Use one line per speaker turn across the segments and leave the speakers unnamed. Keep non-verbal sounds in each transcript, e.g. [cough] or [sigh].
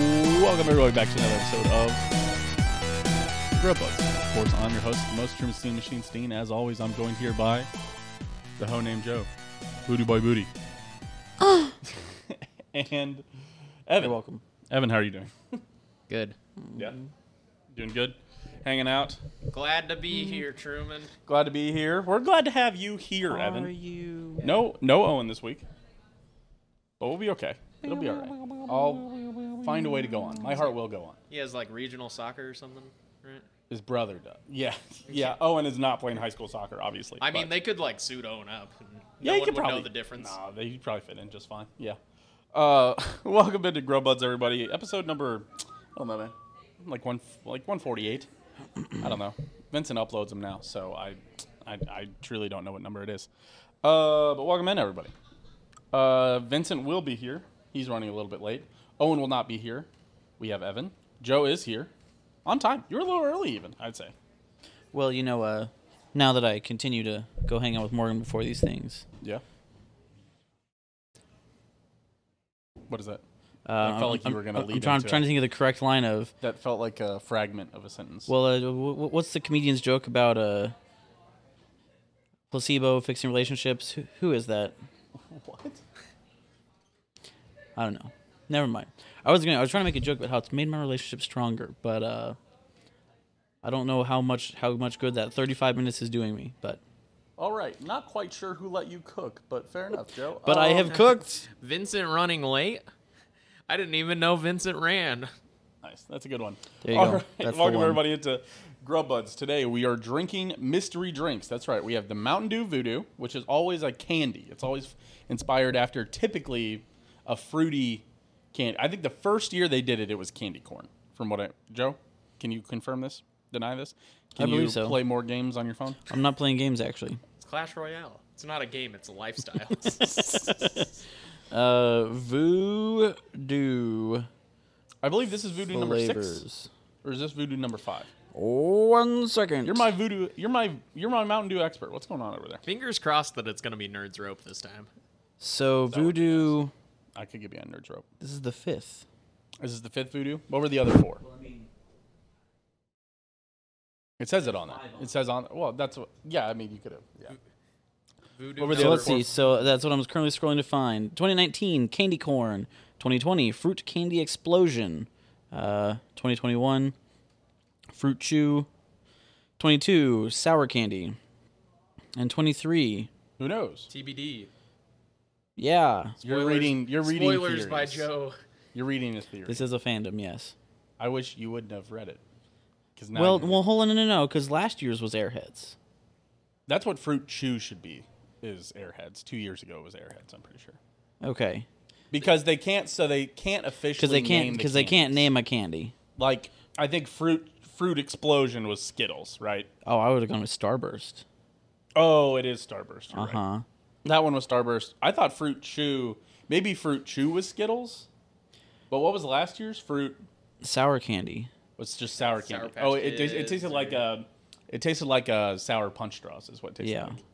Welcome everybody back to another episode of Grub Bugs. Of course, I'm your host, the most trim steam machine Steen. As always, I'm joined here by the hoe named Joe, Booty Boy Booty, and Evan.
welcome.
Evan, how are you doing?
Good.
Yeah, doing good. Hanging out.
Glad to be
Mm.
here, Truman.
Glad to be here. We're glad to have you here, Evan.
you?
No, no Owen this week, but we'll be okay. It'll be all right. I'll find a way to go on. My heart will go on.
He has like regional soccer or something, right?
His brother does. Yeah, yeah. Owen is not playing high school soccer, obviously.
I mean,
but-
they could like suit Owen up. [laughs] And
yeah,
no
he
one
could
would
probably
know the difference.
Nah, they he'd probably fit in just fine. Yeah. Uh, [laughs] welcome into Grow Buds, everybody. Episode number, I don't know, man, like one, like one forty-eight. [clears throat] I don't know. Vincent uploads them now, so I, I, I truly don't know what number it is. Uh, but welcome in, everybody. Uh, Vincent will be here. He's running a little bit late. Owen will not be here. We have Evan. Joe is here, on time. You're a little early, even. I'd say.
Well, you know, uh, now that I continue to go hang out with Morgan before these things,
Yeah. What is that?
uh,
felt
I'm-
like you
I'm-
were gonna
I'm
lead
trying,
into
trying
it.
to think of the correct line of.
That felt like a fragment of a sentence.
Well, uh, w- w- what's the comedian's joke about uh, placebo fixing relationships? Who, who is that?
[laughs] what?
I don't know. Never mind. I was gonna. I was trying to make a joke about how it's made my relationship stronger, but uh, I don't know how much how much good that 35 minutes is doing me. But
All right. Not quite sure who let you cook, but fair enough, Joe.
but I
Um,
have cooked.
Vincent running late. [laughs] I didn't even know Vincent ran.
Nice. That's a good one.
There you
All
go.
right,
That's the
Welcome
one.
everybody into Grub Buds. Today we are drinking mystery drinks. That's right. We have the Mountain Dew Voodoo, which is always a candy. It's always inspired after typically a fruity candy. I think the first year they did it, it was candy corn. From what I Joe, can you confirm this? Deny this? Can
believe
you
so.
play more games on your phone?
I'm not playing games actually.
It's Clash Royale. It's not a game. It's
[laughs]
a lifestyle. [laughs]
Uh, voodoo
I believe this is Voodoo number six,
flavors.
or is this Voodoo number five?
One second.
You're my Voodoo. You're my. You're my Mountain Dew expert. What's going on over there?
Fingers crossed that it's gonna be Nerds Rope this time.
so voodoo.
I could get behind Nerds Rope.
This is the fifth.
This is the fifth voodoo. What were the other four?
I mean,
It says it on there. It says on. Well, that's what. Yeah, I mean, you could have. Yeah.
Voodoo
What were the
so
number
let's see. So that's what I'm currently scrolling to find. 2019 candy corn. 2020 fruit candy explosion. Uh, 2021 fruit chew. 22 sour candy. And 23.
Who knows?
TBD.
Yeah,
You're
Spoilers-
reading. You're reading.
Spoilers by
theories.
Joe.
You're reading his theory.
this is a fandom. Yes.
I wish you wouldn't have read it. Because now.
Well,
you-
well, hold on, no, no, no, because last year's was Airheads.
that's what fruit chew should be. Is Airheads. Two years ago it was Airheads. I'm pretty sure.
Okay,
Because they can't. So they can't officially.
because they
name
can't
the
because they can't
candies.
name a candy.
Like I think fruit fruit explosion was Skittles, right?
Oh, I would have gone with Starburst.
Oh, it is Starburst. You're
Uh
right.
huh.
That one was Starburst. I thought Fruit Chew, maybe Fruit Chew was Skittles, but what was last year's fruit?
Sour candy.
Was just sour candy.
Sour Patch
oh, it, it, it
Kids
tasted
or-
like a, it tasted like a sour punch straws is what it tasted
Yeah.
like.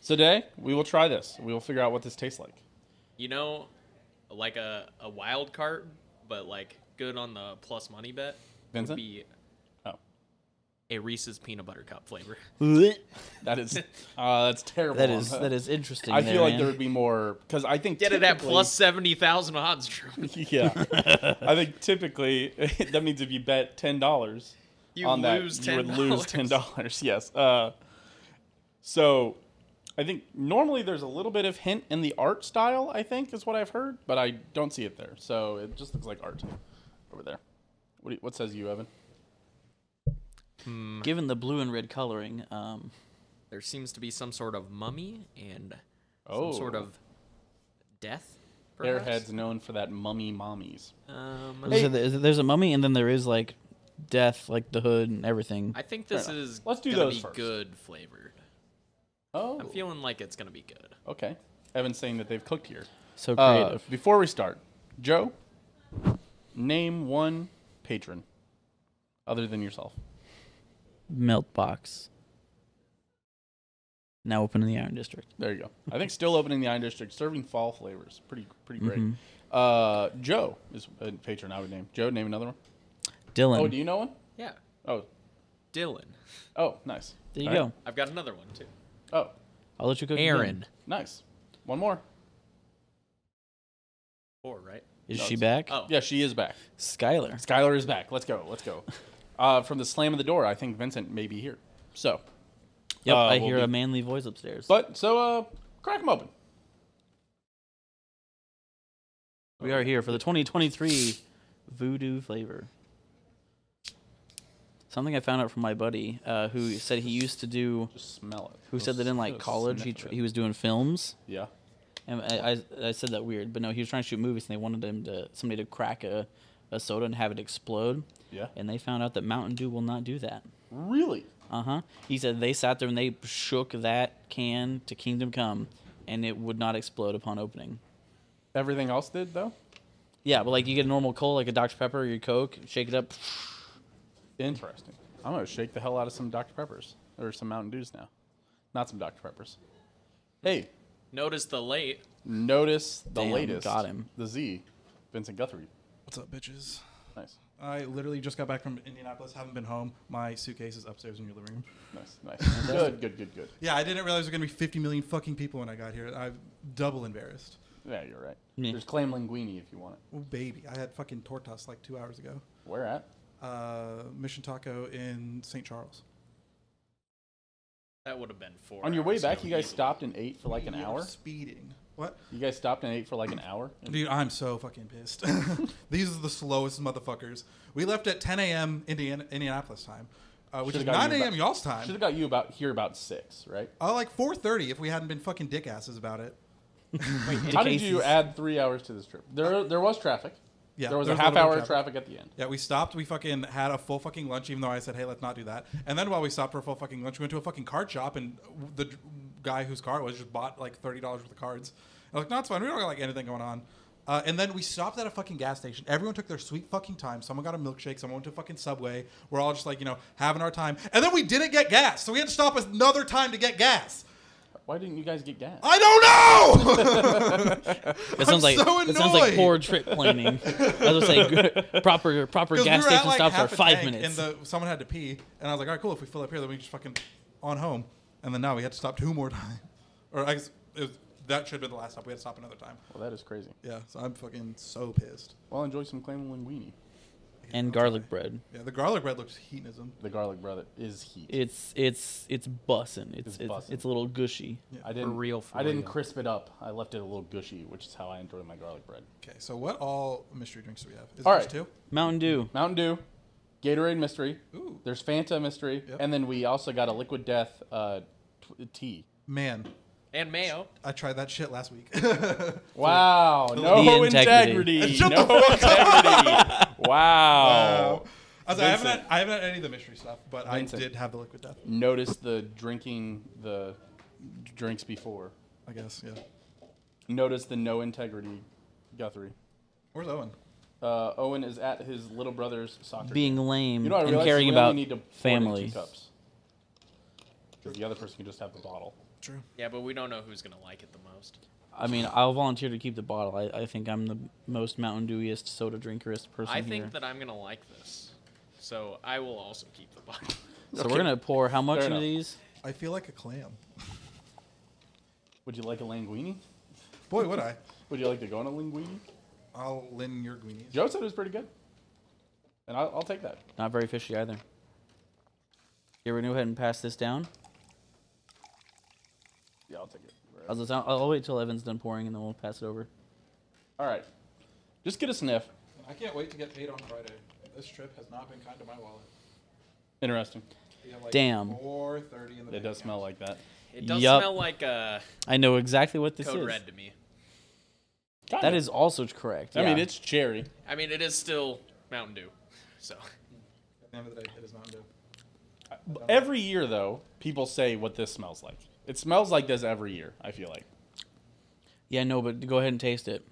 So today we will try this. We will figure out what this tastes like.
You know, like a, a wild card, but like good on the plus money bet.
Vincent?
Would be
Oh,
a Reese's peanut butter
[laughs]
cup flavor.
that
[laughs]
is uh, that's terrible.
That is that is
[laughs]
interesting.
I feel
there,
like
man.
there would be more because I think
Get it at
typically-
plus seventy thousand odds, Drew.
[laughs]
[laughs]
Yeah, I think typically [laughs] that means if you bet ten dollars,
You
on that,
lose
you
ten.
would
[laughs]
lose ten dollars. Yes. Uh, so, I think normally there's a little bit of hint in the art style. I think is what I've heard, but I don't see it there. So it just looks like art over there. What, do you, what says you, Evan?
Given the blue and red coloring, um,
There seems to be some sort of mummy and
Oh.
some sort of death. perhaps?
Airheads known for that mummy mommies.
Um,
so there's there's a mummy, and then there is like death, like the hood and everything.
I think this
Fair enough.
is
Let's do
gonna
those
be
first.
good flavored.
Oh,
I'm feeling like it's gonna be good.
okay. Evan's saying that they've cooked here.
So
Uh,
creative.
before we start, Joe, name one patron other than yourself.
Melt box. Now open in the Iron District.
There you go. I think still opening the Iron District, serving fall flavors. Pretty pretty great. Uh, Joe is a patron I would name. Joe, name another one.
Dylan.
Oh, do you know one?
Yeah,
Oh,
Dylan.
oh, nice.
there you
All
go.
right.
I've got another one too.
Oh,
I'll let you go.
Aaron.
nice. One more.
Four, right?
Is
No,
she
it's-
back?
Oh,
Yeah, she is back.
Skylar.
Skylar is back. Let's go. Let's go. Uh, from the slam of the door, I think Vincent may be here. So,
Yep,
Uh,
I
we'll
hear
be-
a manly voice upstairs.
but so uh, crack them open.
we are here for the 2023 voodoo flavor. Something I found out from my buddy, uh, who said he used to do.
Just smell it.
Who said that in like
Just
college he
sniff
tr-
of it.
he was doing films,
yeah.
and I, I I said that weird, but no, he was trying to shoot movies, and they wanted him to somebody to crack a, a soda and have it explode,
Yeah.
and they found out that Mountain Dew will not do that.
Really?
Uh huh. He said they sat there and they shook that can to Kingdom Come, and it would not explode upon opening.
Everything else did though.
Yeah, but like you get a normal cola, like a Dr Pepper or your Coke, shake it up.
Interesting. I'm gonna shake the hell out of some Dr Peppers or some Mountain Dews now. Not some Dr Peppers. Hey,
notice the late.
notice the
Damn,
latest.
got him.
The Z, Vincent Guthrie.
What's up, bitches?
Nice,
I literally just got back from Indianapolis. Haven't been home. My suitcase is upstairs in your living room.
nice, nice. good, good, good, good.
Yeah, I didn't realize there were gonna be 50 million fucking people when I got here. I'm double embarrassed.
Yeah, you're right.
Yeah.
There's clam linguine if you want it.
Oh baby, I had fucking tortas like two hours ago.
Where at?
Uh, Mission Taco in St. Charles.
That would have been four.
On your way
hours
back,
ago
you guys
easily.
stopped and ate for like an
You are
hour.
Speeding. What?
You guys stopped and ate for like an hour.
Dude, I'm so fucking pissed. [laughs] These are the slowest motherfuckers. We left at 10 a.m. Indiana, Indianapolis time, uh, which
Should've
is
gotten
9
you
a.m.
back-
y'all's
Should have
time.
got you about here about six, right?
Uh, like 4:30 if we hadn't been fucking dickasses about it.
How did you
cases.
add three hours to this trip? There, there was traffic.
Yeah,
there was
there
a
was a
half
little
hour
bit
of
of
traffic at the end.
Yeah, we stopped. We fucking had a full fucking lunch, even though I said, "Hey, let's not do that." And then while we stopped for a full fucking lunch, we went to a fucking card shop, and the d- guy whose car it was just bought like thirty dollars worth of cards. I was like, "No, it's fine. We don't got like anything going on." Uh, and then we stopped at a fucking gas station. Everyone took their sweet fucking time. Someone got a milkshake. Someone went to fucking Subway. We're all just like, you know, having our time. And then we didn't get gas, so we had to stop another time to get gas.
Why didn't you guys get gas?
I don't know. [laughs]
It sounds like
so
it sounds like
annoyed.
poor trip
[laughs]
planning. I was saying good- proper proper
'Cause
gas
we were at,
station
like,
stops are
half a
five
tank,
minutes.
And the, someone had to pee, and I was like, all right, cool. If we fill up here, then we can just fucking on home. And then now we had to stop two more [laughs] times, or I guess it was, that should have been the last stop. We had to stop another time.
well, that is crazy.
Yeah, so I'm fucking so pissed.
Well, enjoy some clam linguine.
and garlic bread.
Yeah, the garlic bread looks hedonism.
The garlic brother is heat.
It's it's it's bussin'.
It's
It's it's, it's,
bussin'.
a little gushy.
I didn't
real, for
I didn't
real.
crisp it up. I left it a little gushy, which is how I enjoy my garlic bread.
Okay, so what all mystery drinks do we have? Is
All
there
right.
two?
Mountain Dew.
Mountain Dew, Gatorade mystery.
Ooh.
There's Fanta mystery,
Yep.
and then we also got a liquid death uh, t- tea.
Man,
And mayo.
I tried that shit last week. [laughs]
Wow, no
The
integrity,
integrity.
no integrity. Wow.
Wow. Uh, I, was like, I haven't had,
Vincent.
I haven't had any of the mystery stuff, but
Vincent.
I did have the liquid death.
Notice the drinking the drinks before.
I guess. Yeah.
Notice the no integrity, Guthrie.
Where's Owen?
Uh, Owen is at his little brother's soccer.
Being
game.
lame
you know, I
and
realized
caring
we
about
only need to pour it in two
family.
cups. 'Cause the other person can just have the bottle.
True.
Yeah, but we don't know who's gonna like it the most.
I mean, I'll volunteer to keep the bottle. I, I think I'm the most Mountain Dewiest soda drinkerist person
I
here.
think that I'm gonna like this, so I will also keep the bottle.
so
Okay.
we're gonna pour how much
Fair
into
enough.
these?
I feel like a clam.
Would you like a linguine?
Boy, would I.
Would you like to go on a linguine?
I'll lend your guineas.
Joe said it was pretty good, and I'll, I'll take that.
Not very fishy either. Here, we're gonna go ahead and pass this down.
Yeah, I'll take it.
I'll, just, I'll, I'll wait till Evan's done pouring and then we'll pass it over.
All right, just get a sniff.
I can't wait to get paid on Friday. This trip has not been kind to my wallet.
Interesting.
We have like
Damn.
4:30 in the.
It does smell like that.
It does
Yup.
smell like uh,
I know exactly what this
code
is.
red to me.
That is also correct.
I mean,
yeah.
it's cherry.
I mean, it is still Mountain Dew, so [laughs]
At the end of the day, it is Mountain Dew.
Every year, though, people say what this smells like. It smells like this every year. I feel like.
yeah, no, but go ahead and taste it.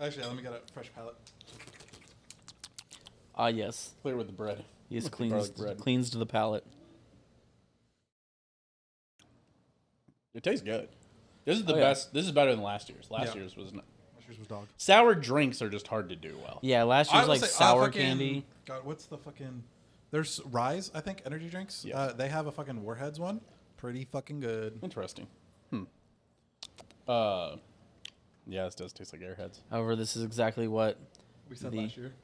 Actually, yeah, let me get a fresh palate.
Ah, yes,
Clear with the bread.
yes,
With the garlic
cleans
bread.
cleans to the palate.
It tastes good. This is the
Oh, yeah. Oh,
best. This is better than last year's. Last
Yeah.
year's was n-
Which
year's was dog.
Sour drinks are just hard to do well.
Yeah, last
I
year's
will
like
say, uh,
sour
fucking-
candy.
God, what's the fucking? There's Rise, I think, energy drinks.
Yeah.
Uh, they have a fucking Warheads one. Pretty fucking good.
Interesting. Hmm. Uh, yeah, this does taste like airheads.
However, this is exactly what.
We said
The-
last year.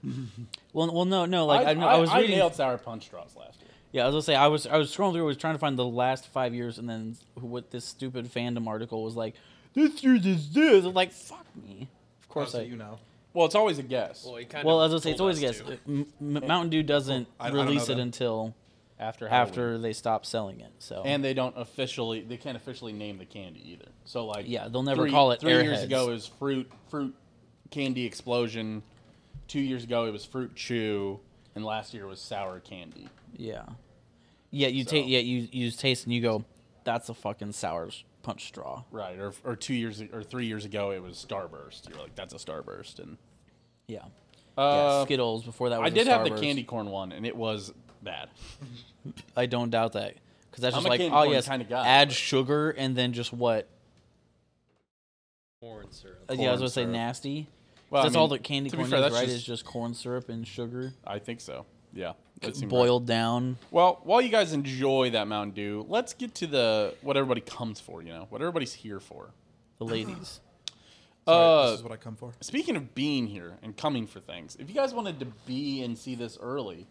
Well, well, no, no. Like I, I, was reading.
nailed sour punch straws last year.
Yeah, I was gonna say I was I was scrolling through, I was trying to find the last five years, and then who- what this stupid fandom article was like. This year's is this. I'm like, fuck me. Of
Oh,
course
so
I.
you know.
Well, it's always a guess.
Well, he kind
Well,
of
as I say, it's
told
always a guess.
us to.
M- M- Mountain Dew doesn't
I- I don't
release
know
it
that.
until
after Halloween.
after they stop selling it. So
and they don't officially they can't officially name the candy either. So like
Yeah, they'll never
three-
call it
Three years
Airheads.
ago it was fruit fruit candy explosion. Two years ago it was fruit chew, and last year was sour candy.
yeah, yeah, you
So-
take yeah you you taste and you go, that's a fucking sour s- punch straw.
Right, or, or two years or three years ago it was Starburst. You're like that's a Starburst, and
Yeah, yeah
uh,
Skittles before that. was
I
a
did have the
Starburst.
candy corn one, and it was bad.
I don't doubt that because that's
I'm
just
a
like
candy
oh
corn
yes,
kinda guy,
add
but-
sugar and then just what
corn syrup.
Uh, yeah, I was
Corn
gonna say
syrup.
nasty. 'Cause
Well, I
that's all
mean,
that candy
to be
corn
fair,
is,
that's
right?
just-
Is just corn syrup and sugar
I think so. Yeah, that seemed right.
boiled down.
Well, while you guys enjoy that Mountain Dew, let's get to the what everybody comes for. You know, what everybody's here for. [clears throat]
The ladies.
Sorry,
Uh,
this is what I come for.
Speaking of being here and coming for things, if you guys wanted to be and see this early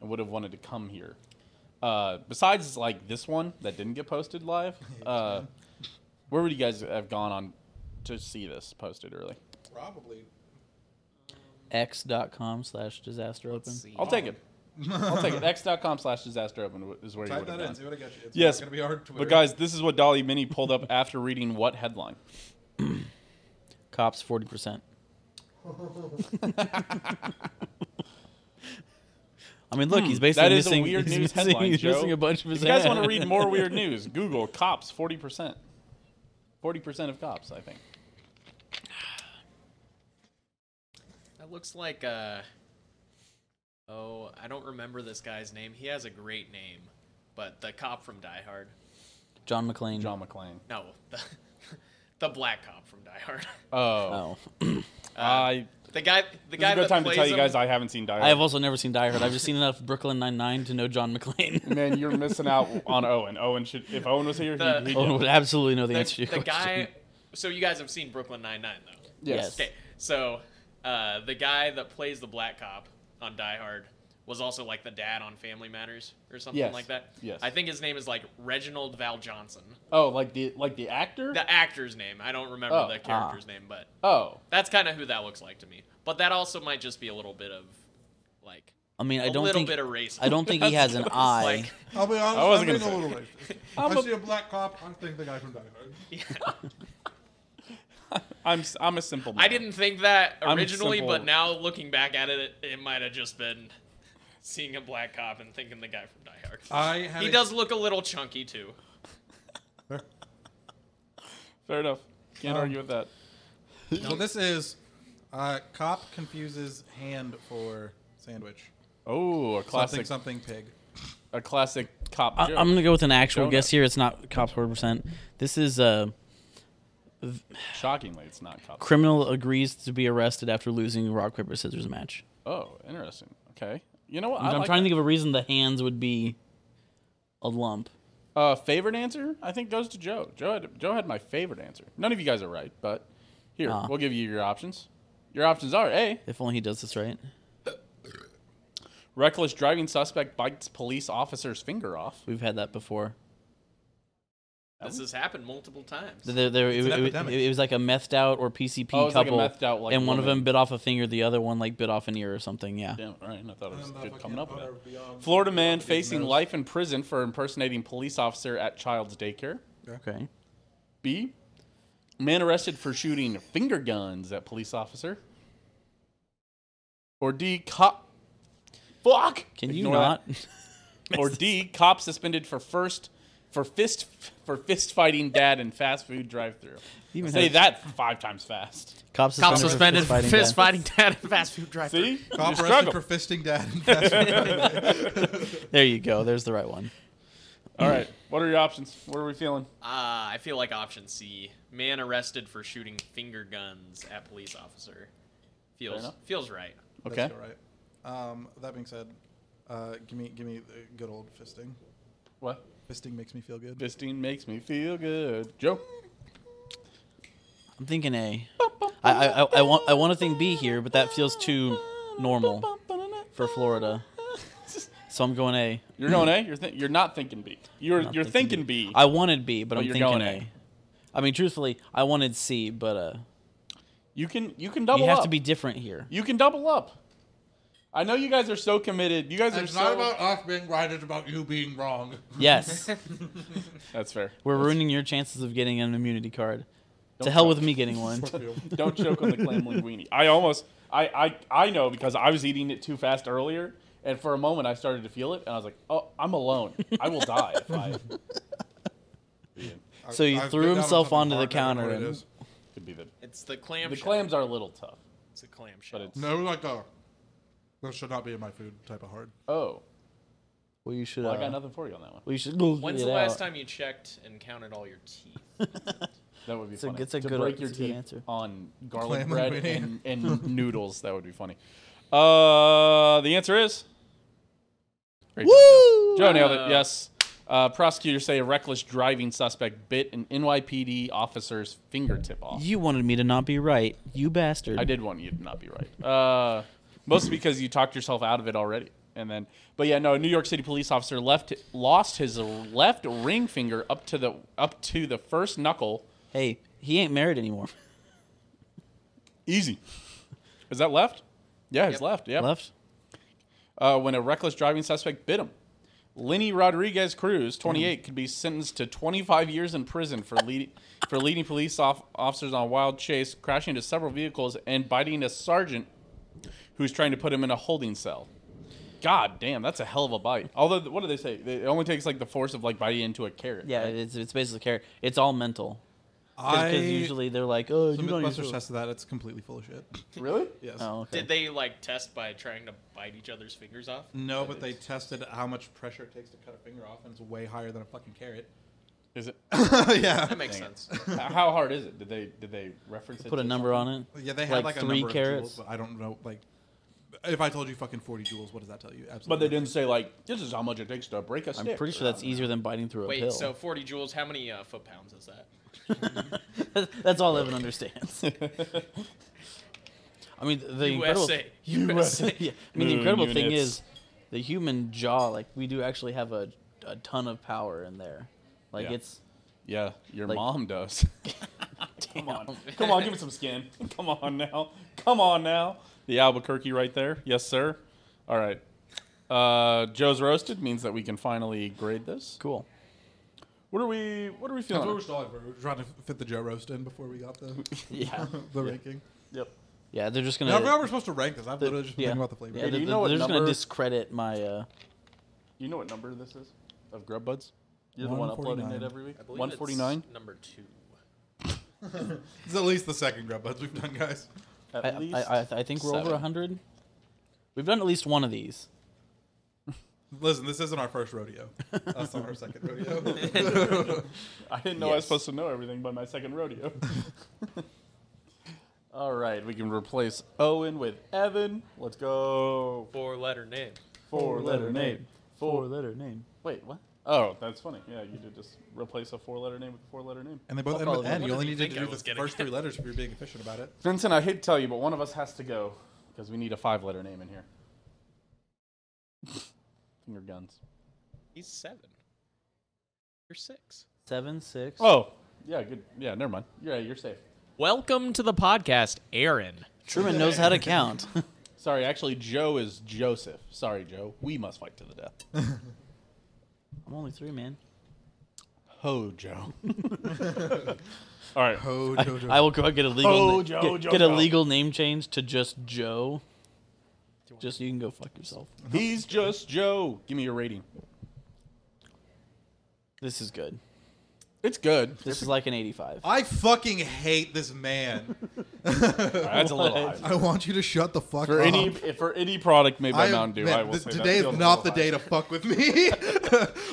and would have wanted to come here, uh, besides like this one that didn't get
[laughs]
posted live, uh, where would you guys have gone on to see this posted early?
Probably.
X.com slash disaster open.
Let's see.
I'll take it. I'll
[laughs]
take it. X.com slash disaster open is where you
Type
would have
that in. See
gone.
what I get you. It's
Yes,
going to be hard. Twitter.
But guys, this is what Dolly Mini pulled up after reading what headline?
Cops forty
[laughs]
percent. I mean, look, he's basically
That is
missing.
a weird
he's
news
missing,
headline,
he's
Joe.
missing a bunch of his.
if you guys
ad.
want to read more
[laughs]
weird news, Google cops forty percent. Forty percent of cops, I think.
That looks like uh Oh, I don't remember this guy's name. He has a great name, but the cop from Die Hard.
John McClane.
John McClane.
No, [laughs] the, the black cop from Die Hard.
Oh,
Oh,
I.
Uh, The guy, the
This is a
guy
good
that
time to
plays
tell you
him-
guys I haven't seen Die Hard.
I have also never seen Die Hard. I've just seen enough Brooklyn Nine Nine to know John McClane.
[laughs] Man, you're missing out on Owen. Owen should. If Owen was here,
The-
he'd,
[laughs]
he'd
Owen would Oh, absolutely know the, answer to
the,
your
the
question.
guy. So you guys have seen Brooklyn Nine Nine though.
yes.
yes.
Okay, so uh, the guy that plays the black cop on Die Hard was also like the dad on Family Matters or something
Yes,
like that.
yes.
I think his name is like Reginald Val Johnson.
Oh, like the like the actor.
The actor's name. I don't remember
Oh,
the
ah.
character's name, but
oh,
that's kind of who that looks like to me. But that also might just be a little bit of like
I mean, I
a
don't
little
think
bit of racism.
I
[laughs]
don't think he has an eye.
Like,
I'll be honest.
I wasn't
I'm
gonna
being a little racist.
[laughs]
I
I'm a-
see a black cop. I think the guy from Die Hard.
I'm s- I'm a simple. Man.
I didn't think that
I'm
originally, but
simple.
now looking back at it, it, it might have just been seeing a black cop and thinking the guy from Die Hard.
Uh,
I had
he
a-
does look a little chunky too.
Fair enough. Can't
Um,
argue with that.
So this is uh, cop confuses hand for sandwich.
Oh, a classic,
Something something pig.
a classic cop.
I,
joke.
I'm gonna go with an actual
Donut.
guess here. It's not cops 100. percent This is uh,
Shockingly, it's not cop.
criminal agrees to be arrested after losing rock paper scissors match.
Oh, interesting. Okay. You know what?
I
I
am
like
trying
that.
to think of a reason the hands would be a lump.
Uh, favorite answer, I think, goes to Joe. Joe had, Joe had my favorite answer. None of you guys are right, but here,
Aw.
we'll give you your options. Your options are A,
If only he does this right.
reckless driving suspect bites police officer's finger off.
We've had that before.
This
Oh.
has happened multiple times.
There, there, it,
an
it-
epidemic.
it was like a methed out or PCP
Oh, it's like a
couple,
methed out, like,
and one of
woman.
them bit off a finger, the other one like bit off an ear or something. Yeah,
Damn, right. I thought it was
And the
good
fucking
coming up with
owner
that.
beyond-
Florida man
beyond
facing
knows.
life in prison for impersonating police officer at child's daycare.
okay.
B, man arrested for shooting finger guns at police officer. Or D, cop. Fuck!
Can you
Ignore that. [laughs]
not? [laughs]
or D, cop suspended for first for fist for fist fighting dad in fast food drive through.
Even
Say
has-
that five times
[laughs]
fast.
Cops
Cop
for
suspended for
fist-fighting
fist
death.
fighting dad at fast food drive
See,
Cop
you
arrested
struggle.
for fisting dad.
[laughs]
And fast food.
There you go. There's the right one.
All right, what are your options? What are we feeling?
Uh, I feel like option C Man arrested for shooting finger guns at police officer. Feels
enough.
feels right.
Okay.
That's all right. Um, that being said, uh, give me give me the good old fisting.
What?
Fisting makes me feel good.
Fisting makes me feel good. Joe.
I'm thinking A. I, I, I, I want I want to think B here, but that feels too normal for Florida. So I'm going A.
[laughs] You're going A. You're th- you're not thinking B. You're
Not
you're thinking, B.
I wanted B, but
Oh,
I'm
you're
thinking
going
A. I mean, truthfully, I wanted C, but uh,
you can you can double
you have
up.
to be different here.
You can double up. I know you guys are so committed. You guys are
It's
so.
not about us being right, it's about you
[laughs]
being wrong.
[laughs] Yes,
That's fair.
we're ruining your chances of getting an immunity card. to
Don't
hell
try.
with me
[laughs]
getting one.
Don't choke on the clam linguine. I almost, I, I, I know because I was eating it too fast earlier, and for a moment I started to feel it, and I was like, "Oh, I'm alone. I will die." If
[laughs]
I
I-
[laughs] So he
I've
threw
been down on
himself
something
onto the
hard, I don't know
counter
what it
and-
is.
could be the
It's the clam.
the
shell.
clams are a little tough,
It's a clam shell.
but it's
No, like a. This should not be in my food type of hard.
oh,
Well, you should.
well, I
uh,
got nothing for you on that one.
well, you should. Google
When's
it
the last
out.
time you checked and counted all your
[laughs]
teeth?
That would be
a-
funny.
it's a
to
good-
break your
it's a good
teeth
answer.
on
Clam
garlic bread and,
linguine.
[laughs]
and noodles. That would be funny. Uh, the answer is. Great job, Joe. Joe nailed
Wow.
it. Yes. Uh, prosecutors say a reckless driving suspect bit an NYPD officer's fingertip off.
You wanted me to not be right, you bastard.
I did want you to not be right. Uh, mostly because you talked yourself out of it already. And then, but yeah, no. A New York City police officer left lost his left ring finger up to the up to the first knuckle.
Hey, he ain't married anymore.
Easy. Is that left? Yeah, it's
Yep.
left. Yeah.
Left.
Uh, when a reckless driving suspect bit him. Lenny Rodriguez Cruz,
Hmm.
28, could be sentenced to 25 years in prison for lead, for leading police off- officers on a wild chase, crashing into several vehicles, and biting a sergeant who's trying to put him in a holding cell. God damn, that's a hell of a bite. Although, what do they say? It only takes like the force of like biting into a carrot.
Yeah,
right?
it's it's basically care. It's all mental.
I
Because usually they're like, oh,
the
you don't use
MythBusters tested that. It's completely full of shit.
really?
Yes.
Oh, okay.
Did they like test by trying to bite each other's fingers off?
No, but they tested how much pressure it takes to cut a finger off, and it's way higher than a fucking
[laughs]
carrot.
Is it? [laughs]
yeah.
[laughs]
That makes
Dang it.
sense.
How hard is it? Did they did they reference it?
Put a
to
number
something?
on it.
Yeah, they had like,
Like
a
three
number
carrots?
of joules, but I don't know. Like, if I told you fucking forty joules, what does that tell you? Absolutely.
But they didn't say like this is how much it takes to break a
I'm
stick.
pretty
or
sure that's
something.
easier than biting through a
Wait,
pill.
so 40 joules, how many uh, foot pounds is that?
[laughs] that's
[laughs]
all Evan understands. [laughs] I mean, the incredible.
USA.
[laughs]
[laughs] USA.
yeah, I mean, the incredible thing
Mm, units.
is the human jaw. Like we do actually have a, a ton of power in there. Like
Yeah.
it's
Yeah, your
Like-
mom does. [laughs] Come on. Come on, give me some skin. [laughs] Come on now. Come on now. The Albuquerque right there. Yes, sir. All right. Uh, Joe's roasted means that we can finally grade this.
cool.
What are we what are we
That's
feeling?
what we're stalling for. We We're trying to fit the Joe roast in before we got the [laughs]
Yeah,
[laughs]
the ranking.
yep.
yeah. They're just
Now, how
gonna.
we're supposed to rank this? I've literally just been
yeah.
thinking about the flavor.
Yeah,
Hey, do
they're,
you know what
they're just gonna
number-
discredit my. Uh,
You know what number this is of Grub Buds? You're the one uploading
149.
it every week.
I believe
One
it's
forty nine?
Number two.
It's at least the second grub buds we've done, guys.
At
I,
least
I, I, I think we're over over
seven.
hundred. We've done at least one of these.
Listen, this isn't our first rodeo.
[laughs]
That's not our second rodeo.
I didn't know I was
Yes.
supposed to know everything by my second rodeo. [laughs] All right, we can replace Owen with Evan. Let's go.
Four letter name.
Four letter name. Four
letter name.
Wait, what? Oh, that's funny. Yeah, you did just replace a four letter name with a four letter name.
And they both
Fuck
end
all
with
of them.
N. You
What
only
did
need
he
to
think
do
I
the
was getting
first three letters if you're being efficient about it.
Vincent, I hate to tell you, but one of us has to go because we need a five letter name in here. [laughs] Finger guns.
He's seven. You're six.
Seven six.
Oh, yeah, good. Yeah, never mind. Yeah, you're safe.
Welcome to the podcast, Aaron.
[laughs]
Truman knows how to count. [laughs]
Sorry, actually, Joe is Joseph. Sorry, Joe. We must fight to the death.
I'm only three, man.
Ho, Joe. [laughs] All right.
Oh,
I,
Jojo.
I will go out and get a legal
Oh,
na-
Joe,
get,
Joe,
get a
Joe.
legal name change to just Joe. Just you can go fuck yourself.
He's just Joe. Give me your rating.
This is good.
It's good.
This is like an 85.
I fucking hate this man.
That's a little high.
I want you to shut the fuck
For
up.
[laughs] any if for any product made by
am-
Mountain Dew,
Um, man,
I will
th-
say
today
that
is
feels a
not the
little
day to fuck with me.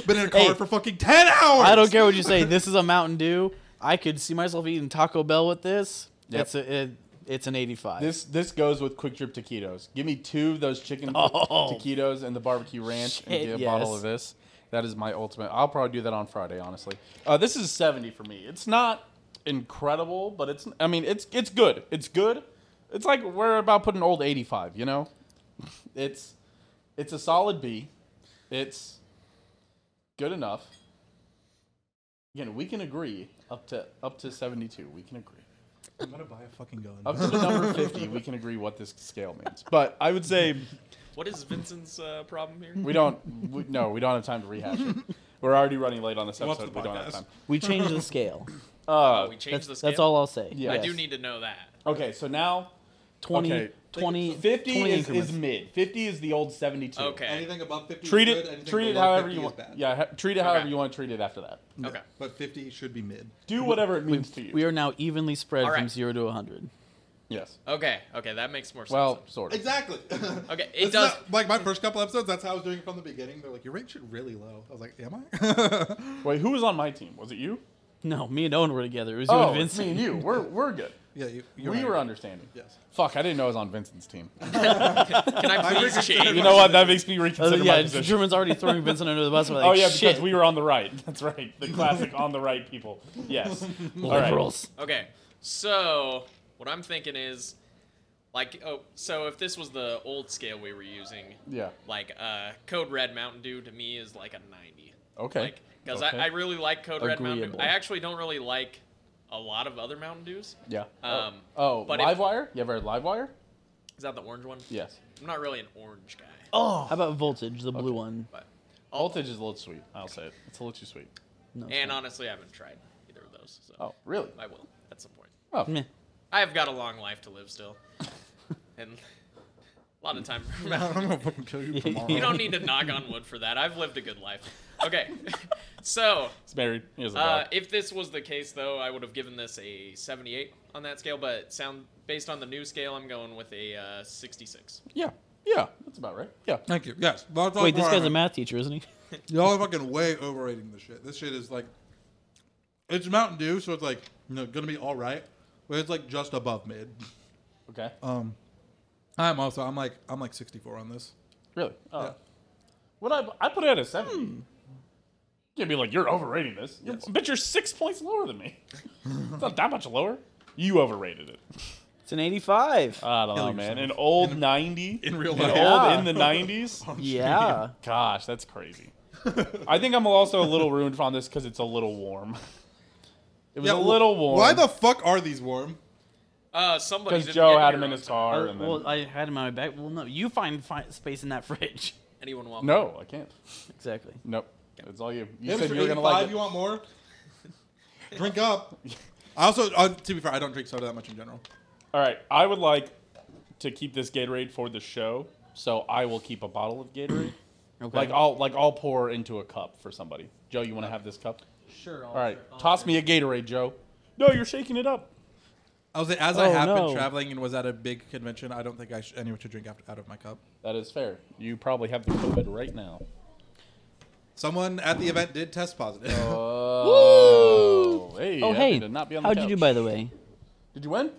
[laughs] Been in a car
Hey.
[laughs]
for fucking ten hours.
I don't care what you say. This is a Mountain Dew. I could see myself eating Taco Bell with this.
Yep.
It's a it, it's an 85.
This this goes with quick trip taquitos. Give me two of those chicken
Oh.
taquitos and the barbecue ranch, and
Shit,
get a bottle
yes.
of this. That is my ultimate. I'll probably do that on Friday, honestly. Uh, this is seventy for me. It's not incredible, but it's. I mean, it's it's good. It's good. It's like we're about putting old eighty-five. You know, [laughs] it's it's a solid B. It's good enough. Again, we can agree up to up to seventy-two. We can agree
I'm gonna buy a fucking gun.
up to the number 50 we can agree what this scale means but i would say
What is Vincent's uh, problem here?
we don't we, no we don't have time to rehash it we're already running late on this
Watch
episode
the
we don't have
podcast.
time
we changed
[laughs]
the scale.
uh,
Oh, we
That's,
changed the scale.
that's all I'll say.
Yeah.
I do
Yes.
need to know that.
Uh, okay so now
20
Okay.
20
50
20
is,
increments.
is mid 50 is the old 72
Okay.
Anything above 50
treat
is good.
it
anything
treat it
below
however
50
you
is
want
bad.
yeah ha- treat it however
Okay.
you want to treat it after that
Okay.
But 50 should be mid.
do whatever it means to you
We are now evenly spread
All
from
right.
0 to 100.
yes
Okay. Okay. That makes more sense.
well sort
[laughs]
of
Exactly.
Okay, it
It's
does-
not- like my first couple episodes, that's how I was doing it from the beginning. They're like, your rate should really low. I was like, am
[laughs]
I?
wait who was on my team was it you
No, me and Owen were together. It was you
oh
and
it's
Vincent.
me and you we're, we're good
yeah, you, you're
we
right.
were understanding
[laughs]
Yes.
fuck i didn't know i was on vincent's team
Can I please change?
you know what that makes me
Uh,
reconsider my
[laughs] yeah,
position
German's already throwing Vincent under the bus. We're
[laughs]
like,
oh yeah,
shit,
because we were on the right. [laughs] That's right. The classic on the right people. Yes. All right.
liberals.
Okay. So what I'm thinking is, like, oh, so if this was the old scale we were using,
Yeah.
like, uh, Code Red Mountain Dew to me is like a 90.
Okay.
Like, because
Okay.
I, I really like Code Red Mountain Dew.
Agreeable.
I actually don't really like a lot of other Mountain Dews.
yeah.
Um,
oh,
but if-
Livewire? you ever heard Livewire?
Is that the orange one?
Yes.
I'm not really an orange guy.
Oh.
How about Voltage, the blue one?
But,
Voltage is a little sweet. I'll say it. It's a little too sweet.
No,
and honestly, I haven't tried either of those. So
Oh, really?
I will at some point.
Oh.
Meh.
I have got a long life to
[laughs]
live still, and a lot of time for Mountain
I'm gonna fucking
[laughs]
kill you tomorrow.
[laughs] You don't need to knock on wood for that. I've lived a good life. Okay, [laughs] so
He's married. He has a
uh,
dog.
if this was the case, though, I would have given this a 78 on that scale. But sound based on the new scale, I'm going with a uh, 66.
Yeah. Yeah. That's about right. Yeah.
Thank you. Yes. That's all
Wait, this
for-
guy's a math teacher, isn't he?
Y'all are fucking way overrating this shit. This shit is like, it's Mountain Dew, so it's like, you know, gonna be all right, but it's like just above mid.
Okay.
Um, I'm also, I'm like, I'm like 64 on this.
[laughs] really? Oh.
yeah.
What I I put it at a 70. You'd be like, you're overrating this. You're- But you're six points lower than [laughs] me. it's not that much lower. You overrated it.
It's an 85.
I don't know,
Kill
man. An
yourself.
old 90.
in real
An [laughs]
life.
old
Yeah.
in the 90s. [laughs]
yeah.
Gosh, that's crazy. [laughs] I think I'm also a little ruined on this because it's a little warm. It was
Yeah,
a
wh-
little warm.
Why the fuck are these warm?
Uh, somebody
Because
didn't
Joe
get
had
here
him in
on
his
time.
car. and then,
Oh, well, I had him on my back. Well, no, you find, find space in that [laughs] fridge.
Anyone want?
no, I can't.
exactly.
Nope. It's all you. You
You
said
for
you were gonna
85,
like it.
You
[laughs]
want more? drink up. I also, uh, to be fair, I don't drink soda that much in general.
All right, I would like to keep this Gatorade for the show, so I will keep a bottle of Gatorade.
Okay.
like I'll like I'll pour into a cup for somebody. Joe, you want to have this cup?
sure.
All right, toss me a Gatorade, Joe. No, you're shaking it up.
I was like, as I
Oh,
have
no.
been traveling and was at a big convention, I don't think I sh- anyone should drink after, out of my cup.
That is fair. You probably have the COVID right now.
Someone at the event did test positive.
Oh, hey,
Oh,
happy
hey.
to not be on the
How'd you do,
couch.
by the way?
Did you win?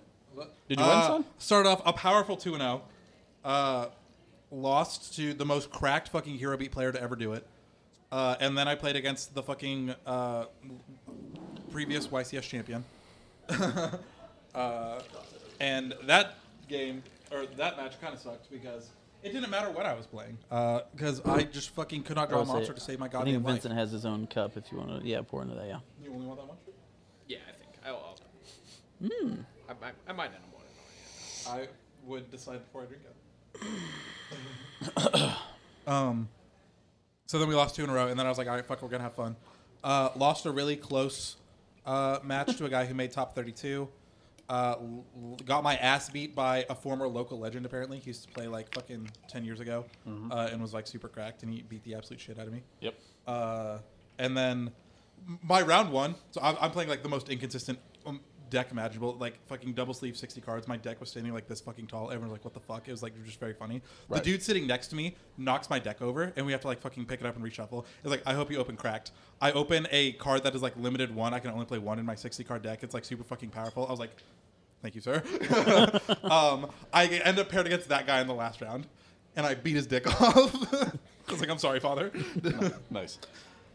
Did you win,
Uh,
son?
Started off a powerful 2 0. Uh, lost to the most cracked fucking hero beat player to ever do it. Uh, and then I played against the fucking uh, previous YCS champion. [laughs] uh, and that game, or that match, kind of sucked because it didn't matter what I was playing. Because I just fucking could not draw a
Honestly,
monster to save my
I
goddamn
think
life.
Vincent has his own cup if you want to. Yeah, pour into that, yeah.
You only want that one?
Yeah, I think I will.
Hmm.
I, I, I might not want it.
I would decide before I drink it. [coughs] um, so then we lost two in a row, and then I was like, all right, fuck, we're gonna have fun. Uh, lost a really close uh, match to a guy who made top 32. Uh, l- l- got my ass beat by a former local legend. Apparently, he used to play like fucking ten years ago, uh, and was like super cracked, and he beat the absolute shit out of me.
Yep.
Uh, and then my round one, so I'm, I'm playing like the most inconsistent um, deck imaginable, like fucking double sleeve sixty cards. My deck was standing like this fucking tall. Everyone was like, "What the fuck?" It was like just very funny.
Right.
The dude sitting next to me knocks my deck over, and we have to like fucking pick it up and reshuffle. It's like I hope you open cracked. I open a card that is like limited one. I can only play one in my sixty card deck. It's like super fucking powerful. I was like, "Thank you, sir." [laughs] um, I end up paired against that guy in the last round, and I beat his dick [laughs] off. I was like, "I'm sorry, father."
Nice.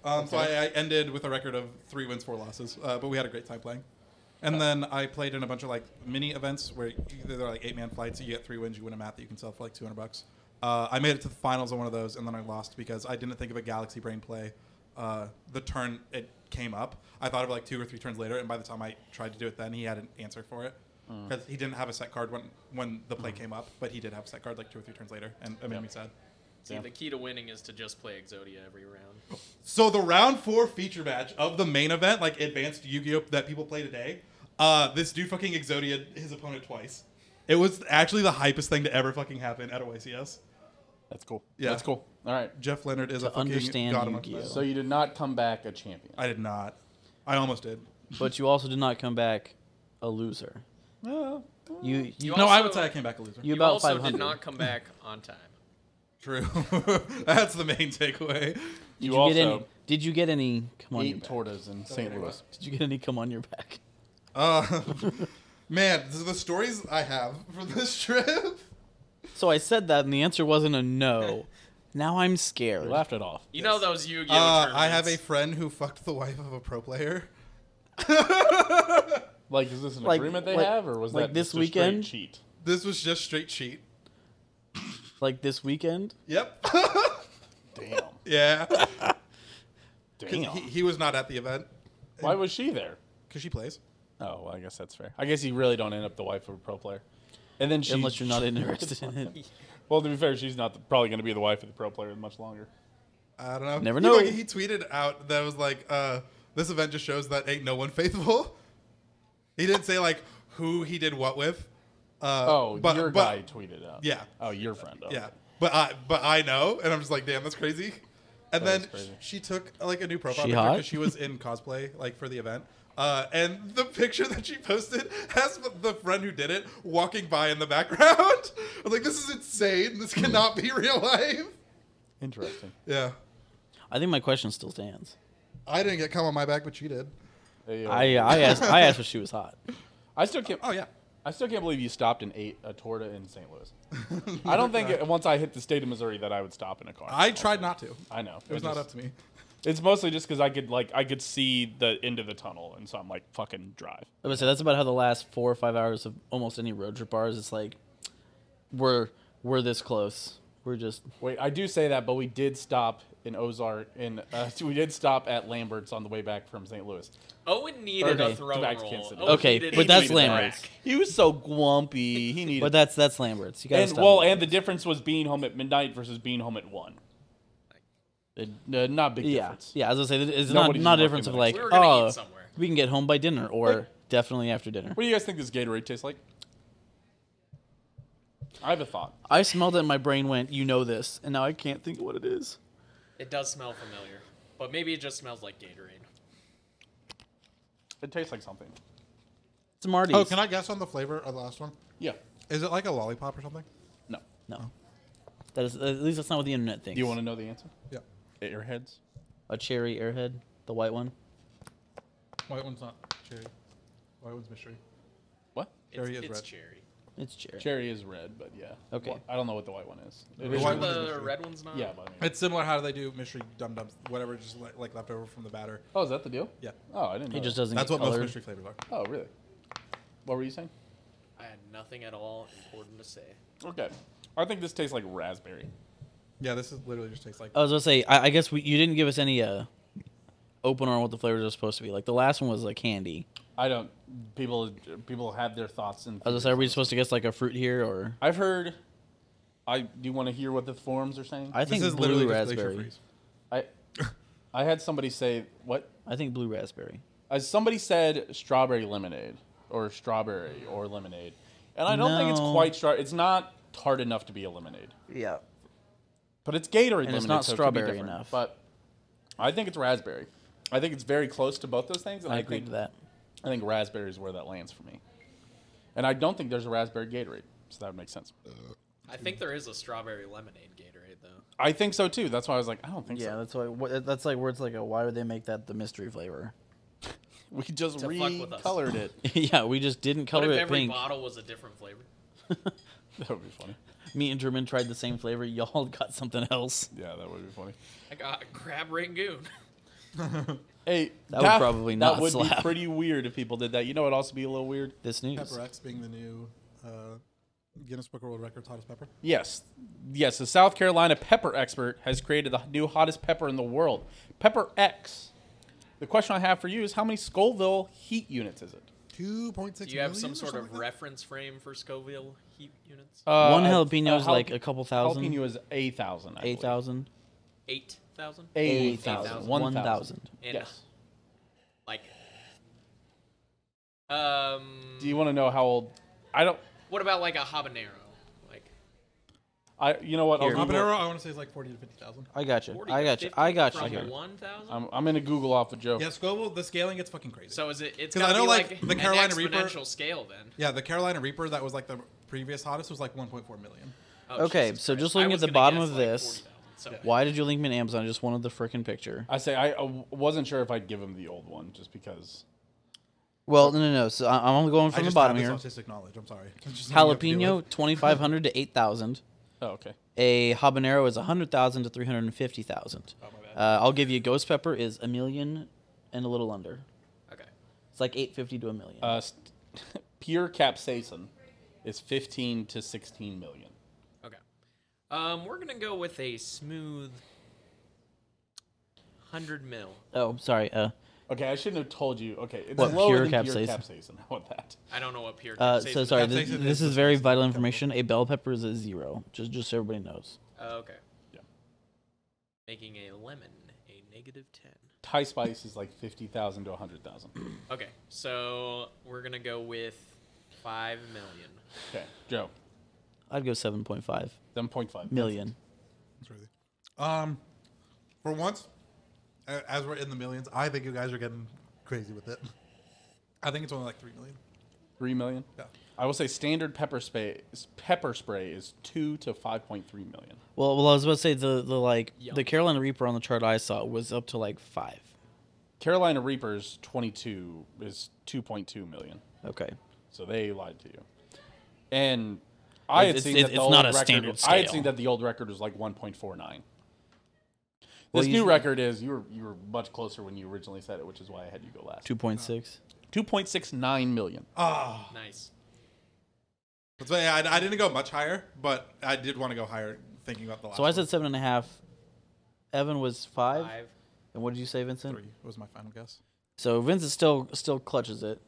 Um, So I, I ended with a record of three wins, four losses, uh, but we had a great time playing. And then I played in a bunch of like mini events where you, they're like eight man flights. You get three wins, you win a mat that you can sell for like two hundred bucks. Uh, I made it to the finals on one of those, and then I lost because I didn't think of a Galaxy Brain play uh, the turn it came up. I thought of it like two or three turns later, and by the time I tried to do it, then he had an answer for it because he didn't have a set card when when the play came up, but he did have a set card like two or three turns later, and it made me sad.
See, the key to winning is to just play Exodia every round.
So the round four feature match of the main event, like advanced Yu-Gi-Oh that people play today, uh, this dude fucking Exodia his opponent twice. It was actually the hypest thing to ever fucking happen at a YCS.
That's cool.
Yeah.
That's cool. All right.
Jeff Leonard is a fucking
understand
god amongst
Yu-Gi-Oh.
men.
So you did not come back a champion.
I did not. I almost did.
but you also did not come back a loser. You you,
You
you,
No, I
also-
would say I came back a loser.
You
about
also
five
did
hundred.
not come back
[laughs]
on time.
True. [laughs] That's the main takeaway.
Did
You
you, get any?
also
Did you get any? Come on, your
ate
back.
tortas in St. Louis.
Did you get any? Come on, your back.
Uh, [laughs] man, this is the stories I have for this [laughs] trip.
So I said that, and the answer wasn't a no. now I'm scared.
You laughed it off.
You know those Yu-Gi-Oh
Uh,
tournaments.
I have a friend who fucked the wife of a pro player.
Like, is this an
Like-
agreement they
like-
have, or was
like
that
this
just a straight
weekend?
cheat?
This was just straight cheat.
Like this weekend.
Yep. [laughs]
[laughs] Damn.
yeah.
Damn.
He, he was not at the event
[laughs] Why was she there?
because she plays.
Oh, well, I guess that's fair. I guess you really don't end up the wife of a pro player. And then she, [laughs]
Unless you're not interested in it.
Well, to be fair, she's not the, probably going to be the wife of the pro player much longer.
I don't know.
Never
He,
know.
like, he tweeted out that was like, uh, "This event just shows that ain't no one [laughs] faithful." He didn't say like who he did what with. Uh,
Oh,
but,
your
but,
guy tweeted out.
Yeah.
Oh, your friend. Okay.
Yeah, but I but I know, and I'm just like, damn, that's crazy. And
That is
then
crazy.
she took like a new profile
She
picture
hot?
because she was in cosplay like for the event. Uh, and the picture that she posted has the friend who did it walking by in the background. [laughs] I was like, this is insane. This cannot be real life.
Interesting.
Yeah.
I think my question still stands.
I didn't get cum on my back, but she did.
Hey, uh,
I I asked I asked if she was
[laughs]
hot.
I still can't.
Oh, yeah.
I still can't believe you stopped and ate a torta in St.
[laughs]
Louis. I don't think it, once I hit the state of Missouri that I would stop in a car.
I tried not to. It
I know
was not up to me.
It's mostly just because I could like I could see the end of the tunnel, and so I'm like fucking drive.
I would say that's about how the last four or five hours of almost any road trip are. Is it's like we're we're this close. We're just
Wait, I do say that, but we did stop in Ozark, and uh, [laughs] we did stop at Lambert's on the way back from St. Louis.
Owen needed
Okay,
a throw
back to
roll.
Kansas City.
Owen
Okay,
needed
but
a
that's
throw roll.
Lambert's.
He was so glumpy. He needed.
But that's that's Lambert's. You gotta
and
stop.
well, and the difference was being home at midnight versus being home at one. It, uh, not big
yeah,
difference.
yeah. As I say, it's
Nobody's
not not
working
a difference of
the
like
next
We were gonna
oh,
eat somewhere.
we can get home by dinner or definitely after dinner.
What do you guys think this Gatorade tastes like? I have a thought.
I smelled it, and my brain went, "You know this," and now I can't think of what it is.
It does smell familiar, but maybe it just smells like Gatorade.
It tastes like something.
It's Marty's.
Oh, can I guess on the flavor of the last one?
Yeah.
Is it like a lollipop or something?
No.
No, that is at least that's not what the internet thinks.
Do you want to know the answer?
Yeah.
Airheads.
a cherry Airhead, the white one?
White one's not cherry. White one's mystery.
What?
Cherry
it's
is
it's
red.
cherry.
It's cherry.
Cherry is red, but yeah.
Okay.
Wha- I don't know what the white one is. It
The
is
white
red.
one- one's
the
mystery.
red one's not.
yeah, but I mean-
It's similar how they do mystery dum dums, whatever, just like, like left over from the batter.
oh, is that the deal?
Yeah.
Oh, I didn't. know
It just
that.
doesn't
That's
get
what most
colored.
mystery flavors are.
Oh, really? What were you saying?
I had nothing at all important to say.
Okay. I think this tastes like raspberry.
Yeah, this is literally just tastes like.
Oh, I was gonna say, I, I guess we, you didn't give us any uh, open on what the flavors are supposed to be. Like the last one was like candy.
I don't. People people have their thoughts and.
I was gonna say, are we supposed to guess like a fruit here or?
I've heard. I do you want to hear what the forums are saying?
I
this
think
is literally
blue
just glacier
raspberry.
freeze.
I, I had somebody say what?
I think blue raspberry.
Uh, somebody said strawberry lemonade or strawberry or lemonade, and I don't think it's
No.
quite straw. It's not tart enough to be a lemonade,
Yeah.
but it's Gatorade
And
lemonade.
it's not
so it could be
strawberry
different.
enough.
But I think it's raspberry. I think it's very close to both those things, and
I,
I,
agree
think
to that.
I think raspberry is where that lands for me. And I don't think there's a raspberry Gatorade, so that would make sense.
I think there is a strawberry lemonade Gatorade though.
I think so too. That's why I was like, I don't think
Yeah,
so.
that's why. wha- That's like where it's like, a, why would they make that the mystery flavor?
We just
To fuck with us.
recolored it.
[laughs] Oh, yeah, we just didn't
What
color
if
it
every
pink.
bottle was a different flavor?
that would be funny.
Me and German tried the same flavor. Y'all [laughs] got something else.
Yeah, that would be funny.
I got crab rangoon. [laughs]
Hey,
That would probably not
That would
slap.
be pretty weird if people did that. You know, it'd also be a little weird.
This news.
Pepper X being the new uh, Guinness Book of World Records hottest pepper.
Yes. Yes, the South Carolina pepper expert has created the new hottest pepper in the world, Pepper X. The question I have for you is how many Scoville heat units is it?
Two point six.
Do you have some sort of reference frame for Scoville heat units?
Uh,
One
a-
jalapeno
a
is like
jalap-
a couple thousand.
Jalapeno is 8,000. I believe.
Eight thousand.
Eight thousand.
Eight
thousand.
thousand.
One thousand.
And
Yes.
like, um,
Do you want to know how old? I don't.
what about like a habanero? Like,
I. You know what? I'll
Here.
Google it.
Habanero, I want to say is like forty to fifty thousand.
I got you.
40
I
to
got you.
50
I got you.
from
Here.
One thousand.
I'm, I'm gonna Google off a joke.
Yeah, Scoville. The scaling gets fucking crazy.
So is it? It's
'Cause
got
I
to
know,
be
like,
like,
the
an
Carolina Reaper-
exponential scale then.
yeah, the Carolina Reaper that was like the previous hottest was like one point four million.
Oh,
Okay,
Jesus
so
Christ.
just
I
looking at
was
the
gonna
bottom
guess,
of
like,
this,
40,000, so-
Why did you link me to Amazon? I just wanted the frickin' picture.
I say I, I w- wasn't sure if I'd give him the old one just because.
Well, no, no, no. So I- I'm only going
I
from the
just
bottom
have
here.
This autistic knowledge. I'm sorry. [laughs] It's just something you have to deal
Jalapeno,
with.
twenty five hundred to eight thousand.
Oh, okay.
A habanero is hundred thousand to three hundred and fifty thousand. Oh, my bad. Uh, I'll give you. Ghost pepper is a million and a little under.
Okay.
It's like eight fifty to a million.
Uh, st- [laughs] pure capsaicin is 15 to 16 million.
Okay. Um, we're gonna go with a smooth hundred mil.
oh, sorry. Uh,
Okay, I shouldn't have told you. Okay, it's
What,
lower
pure
than pure
capsaicin?
capsaicin. How about that?
I don't know what pure.
uh,
capsaicin
so
is.
sorry.
capsaicin
This,
is
this
the
is very vital information. A bell pepper is a zero. Just, just so everybody knows.
Oh, okay.
Yeah.
Making a lemon a negative ten.
Thai spice is like 50,000 to 100,000.
Okay, so we're gonna go with five million.
Okay, Joe,
I'd go seven point five
7.5
million.
It's crazy. Um, for once, a- as we're in the millions, I think you guys are getting crazy with it. I think it's only like three million.
3 million.
Yeah.
I will say standard pepper spray pepper spray is 2 to 5.3 million.
Well, well, I was about to say the the like
Yeah.
the Carolina Reaper on the chart I saw was up to like five.
Carolina Reapers 22 is 2.2 million.
Okay.
So they lied to you. And I had
It's-
seen
it's-
that the
it's
old
not a
record,
standard
I had
scale.
seen that the old record was like 1.49.
Well,
This
you-
new record is you were you were much closer when you originally said it, which is why I had you go last.
Two point six.
2.69 million.
Ah,
Nice.
that's why I, I didn't go much higher, but I did want to go higher, thinking about the last.
So I
one.
said seven and a half. Evan was five.
Five.
And what did you say, Vincent?
three was my final guess,
So Vincent still still clutches it,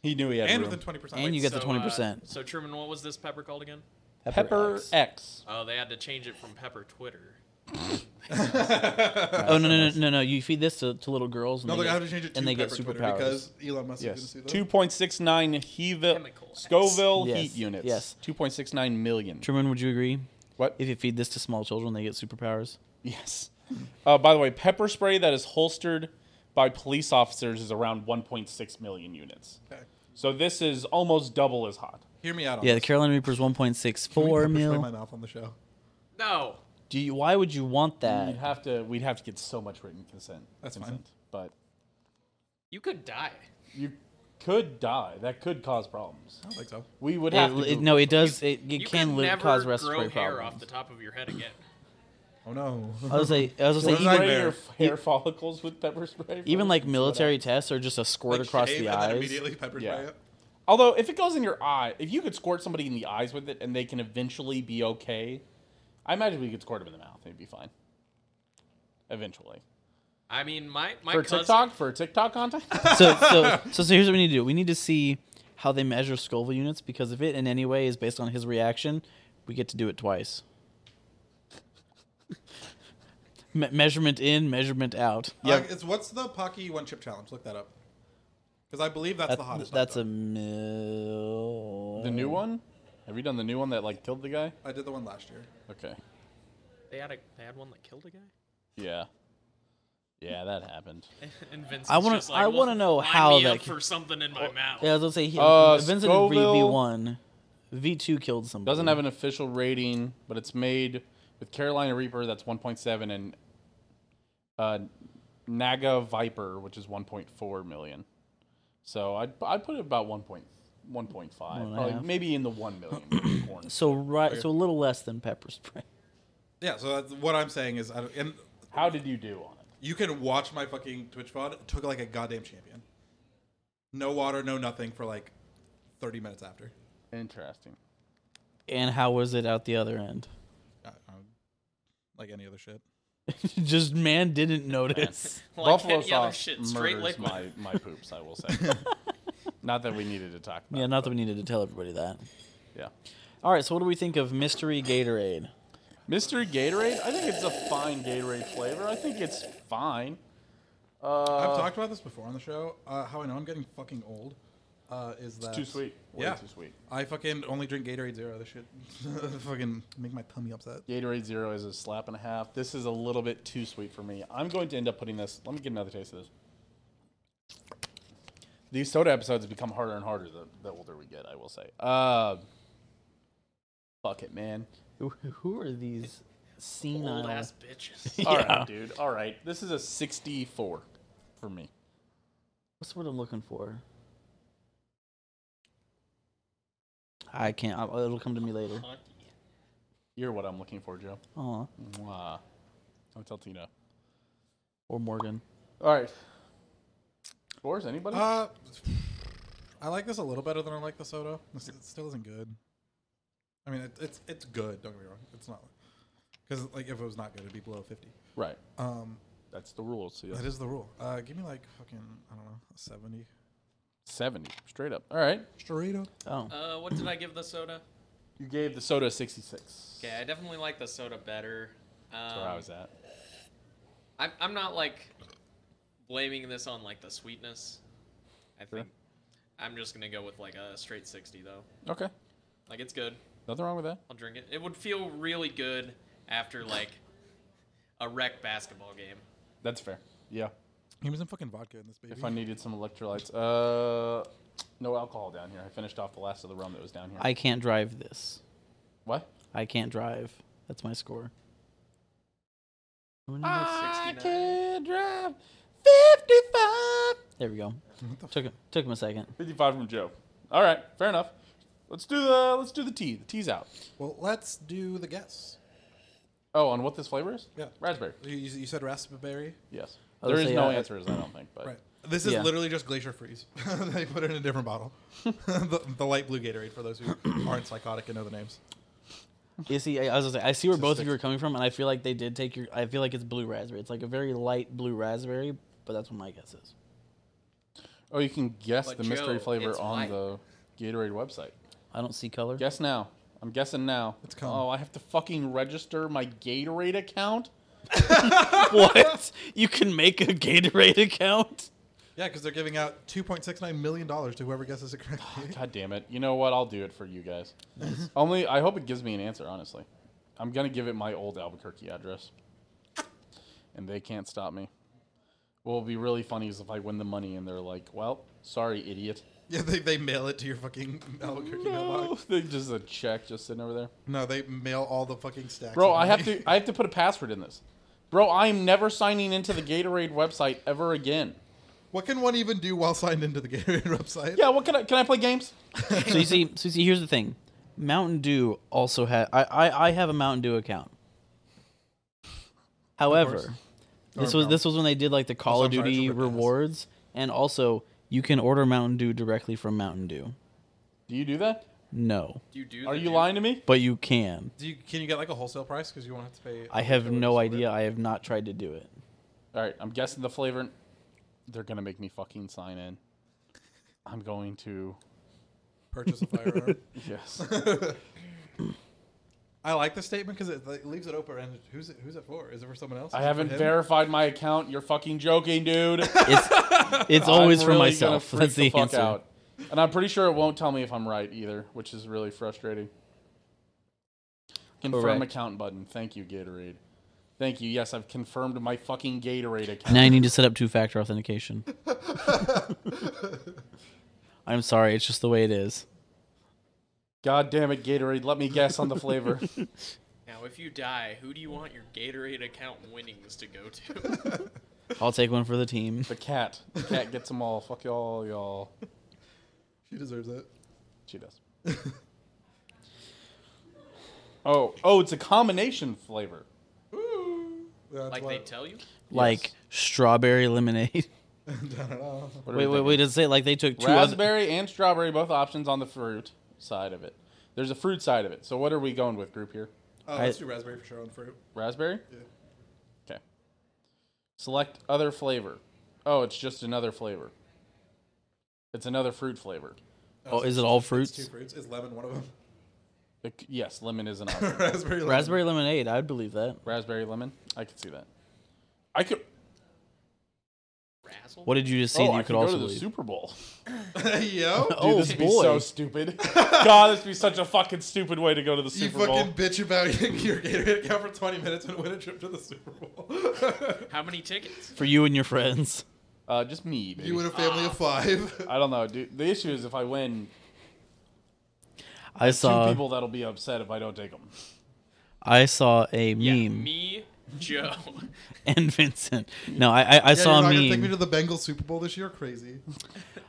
He knew he had
and
room.
within twenty percent.
and you get the
So,
twenty
uh,
percent.
so Truman, what was this pepper called again?
Pepper X.
Oh, they had to change it from pepper Twitter.
Oh no no no no no! You feed this to, to little girls, and
No,
they
look, I
get,
have to change it to
and they get
Pepper Twitter
superpowers.
because Elon Musk is
Yes.
going to sue them.
2.69 Heva-
Chemical X.
Scoville
Yes,
heat units.
yes.
2.69 million.
Truman, would you agree?
What?
If you feed this to small children, they get superpowers.
Yes. Uh, by the way, pepper spray that is holstered by police officers is around 1.6 million units.
Okay.
So this is almost double as hot.
Hear me out. On
Yeah, the
this.
Carolina Reaper's one point six
Can we
four
pepper spray My
mil.
mouth on the show.
No.
Do you? Why would you want
We'd
that?
have to we'd have to get so much written consent.
That's fine.
consent. But
You could die.
you could die. That could cause problems.
I don't think so.
We would have
It,
to
it,
Google
no, it does. It, it
you
can
could
li-
never
cause
grow
respiratory
hair
problems.
off the top of your head again.
Oh no.
I was like, I was
Spray
gonna say,
Well,
even,
like-
your
nightmare.
f- hair follicles with pepper spray.
even
first
like
and see what
military
happens.
tests are just a squirt
[laughs] Like,
across
shave
the
and then
eyes.
Immediately pepper spray
Yeah.
it.
Although if it goes in your eye, if you could squirt somebody in the eyes with it and they can eventually be okay, I imagine we could squirt them in the mouth. They'd be fine. Eventually.
I mean, my my
for
cousin.
TikTok for TikTok content. [laughs]
[laughs]
so, so, so, so here's what we need to do. We need to see how they measure Scoville units because if it in any way is based on his reaction, we get to do it twice. [laughs] Me- measurement in, measurement out.
Yeah. it's what's the Pocky One Chip Challenge? Look that up. Because I believe that's, the
That's,
hottest.
that's a
I've
mil.
the new one. Have you done the new one that like killed the guy?
done. I did the one last year.
Okay.
They had a they had one that killed a guy.
Yeah. Yeah, that happened.
[laughs] And Vincent's
I wanna-
just like,
I
"Well,
wanna know
line
how
me
that
up
could-
for something in my mouth.
Yeah, I was gonna say he,
Uh,
Vincent and
Scoville-
V one, V two killed somebody.
Doesn't have an official rating, but it's made with Carolina Reaper. That's 1.7 and uh, Naga Viper, which is 1.4 million. So I'd I'd put it about 1.1.5,
and a
probably
half.
maybe in the one
[coughs]
million. corn.
So right, so a little less than pepper spray.
Yeah, so that's, what I'm saying is, I don't, and
How did you do on it?
you can watch my fucking Twitch VOD. It took like a goddamn champion. No water, no nothing for like 30 minutes after.
Interesting.
And how was it out the other end? [laughs]
Uh, um, like any other shit.
Just man didn't notice.
like
Buffalo
any other
sauce
shit, straight
murders
liquid.
my my poops. I will
[laughs]
say. Not that we needed to talk about.
[laughs] yeah,
it,
not that we needed to tell everybody that.
but yeah.
All right, so what do we think of Mystery Gatorade?
Mystery Gatorade. I think it's a fine Gatorade flavor. I think it's fine.
I've
Uh,
talked about this before on the show. Uh, how I know I'm getting fucking old uh, is that
too sweet. Way
yeah,
too sweet.
I fucking only drink Gatorade Zero. This shit [laughs] fucking make my tummy upset.
Gatorade Zero is a slap and a half. This is a little bit too sweet for me. I'm going to end up putting this. Let me get another taste of this. These soda episodes become harder and harder the, the older we get. I will say. Uh, fuck it,
[laughs]
man.
Who- Who are these senile?
Old ass
[laughs]
bitches.
All right,
Yeah.
dude. All right. This is a 64 for me.
What's the word I'm looking for? I can't. I'll, it'll come to me later.
You're what I'm looking for, Joe.
Aw.
Mwah. Don't tell Tina.
Or Morgan.
All right. Scores, anybody?
Uh, I like this a little better than I like the soda. This, it still isn't good. I mean, it, it's it's good. Don't get me wrong. It's not because like if it was not good, it'd be below fifty.
right.
Um,
That's the rules. So yeah.
that is the rule. Uh, give me like fucking I don't know seventy.
70. Straight up. All right.
Straight up.
Oh.
Uh, what did I give the soda?
You gave the soda a 66.
Okay, I definitely like the soda better. Um,
That's where I was at.
I'm, I'm not like blaming this on like the sweetness. I think I'm just gonna go with like a straight 60 though.
Okay.
Like it's good.
Nothing wrong with that.
I'll drink it. It would feel really good after like a rec basketball game.
That's fair. Yeah.
He was in fucking vodka in this baby.
If I needed some electrolytes. Uh, no alcohol down here. I finished off the last of the rum that was down here.
I can't drive this.
what?
I can't drive. That's my score.
Ah. I
69.
can drive 55.
There we go. Took him, took him a second.
55 from Joe. All right, fair enough. Let's do the let's do the tea. The tea's out.
Well, let's do the guess.
Oh, on what this flavor is?
Yeah.
raspberry.
You, you you said raspberry.
Yes.
I
there
was
is
say,
no
uh,
answers, I don't think. But
Right. This is
Yeah.
literally just Glacier Freeze. [laughs] they put it in a different bottle. [laughs] the, the light blue Gatorade for those
[clears throat]
who aren't psychotic and know the names.
You see, I, I was gonna say, I see where both of you are coming from, and I feel like they did take your. I feel like it's blue raspberry. It's like a very light blue raspberry, but that's what my guess is.
oh, you can guess
But
the mystery
Joe,
flavor
it's
on
white.
the Gatorade website.
I don't see color.
Guess now. I'm guessing now.
It's coming.
Oh, I have to fucking register my Gatorade account.
[laughs] what? You can make a Gatorade
[laughs]
account?
Yeah, because they're giving out $2.69 million to whoever guesses it correctly.
God damn it! You know what? I'll do it for you guys. Only I hope it gives me an answer. Honestly, I'm gonna give it my old Albuquerque address, and they can't stop me. What'll be really funny is if I win the money and they're like, "Well, sorry, idiot."
[laughs] yeah, they, they mail it to your fucking Albuquerque
No, [laughs]
mailbox.
they just a check just sitting over there.
No, they mail all the fucking stacks.
Bro,
of
I have
money.
to I have to put a password in this. Bro, I am never signing into the Gatorade website ever again.
[laughs] What can one even do while signed into the Gatorade [laughs] website?
Yeah, what can I can I play games?
so you see, so you see, here's the thing. Mountain Dew also had. I, I, I have a Mountain Dew account. However, this
Or
was
no.
this was when they did like the Call of
I'm sorry, I
Duty
should've asked.
rewards, and also you can order Mountain Dew directly from Mountain Dew.
Do you do that?
No,
Do you do?
Are
the
you
do-
lying to me?
but you can.
Do you, can you get like a wholesale price? Because you won't have to pay.
I have no idea. I have not tried
[laughs]
to do it.
All right, I'm guessing the flavor they're going to make me fucking sign in. I'm going to [laughs]
Purchase a firearm.
yes.
I like the statement because it like, leaves it open. And who's it? Who's it for? Is it for someone else?
I
Is it [laughs] for
haven't
him?
verified my account. You're fucking joking, dude.
It's it's always
I'm
for
really
myself. [laughs]
gonna freak
That's the,
fuck
answer.
out. And I'm pretty sure it won't tell me if I'm right either, which is really frustrating. Confirm
Correct.
account button. Thank you, Gatorade. Thank you. Yes, I've confirmed my fucking Gatorade account.
Now you need to set up two factor authentication. I'm sorry, it's just the way it is.
God damn it, Gatorade. Let me guess on the
[laughs]
flavor.
Now, if you die, who do you want your Gatorade account winnings to go to?
I'll take one for the team.
the cat. The cat gets them all. Fuck y'all, y'all.
[laughs] She deserves it.
She does. oh, oh, it's a combination flavor.
Yeah, that's
like
why-
they [laughs] tell you?
Like strawberry lemonade.
What are we
wait, wait,
thinking?
wait. Does it say like they took two other?
Raspberry and strawberry, both options on the fruit side of it. There's a fruit side of it. So what are we going with, group here?
oh,
I-
let's do raspberry for sure on fruit.
Raspberry?
Yeah.
Okay. Select other flavor. Oh, it's just another flavor. It's another fruit flavor.
Oh, is it all
It's two
fruits?
fruits. Is lemon one of them? [laughs]
It c- yes, lemon is an [laughs] option.
raspberry. Lemon.
Raspberry lemonade. I'd believe that.
Raspberry lemon. I could see that. I could.
Razzle?
What did you just see?
oh,
that you
I
could,
could go
also
to the
believe?
Super Bowl.
[laughs]
[laughs]
Yo.
Dude,
oh
this would
boy.
be so stupid. [laughs] God, this would be such a fucking stupid way to go to the
You
Super Bowl.
fucking bitch about [laughs] your Gatorade account for 20 minutes and win a trip to the Super Bowl. [laughs]
How many tickets?
for you and your friends.
Uh, just me, baby.
you and a family
[laughs]
of five.
I don't know, dude. The issue is if I win,
I
two
saw
people that'll be upset if I don't take them.
I saw a meme
Yeah, me, Joe.
[laughs]
[laughs]
and Vincent. No, I I, I
Yeah,
saw
you're not
a
gonna take me
meme.
to the Bengals Super Bowl this year. Crazy.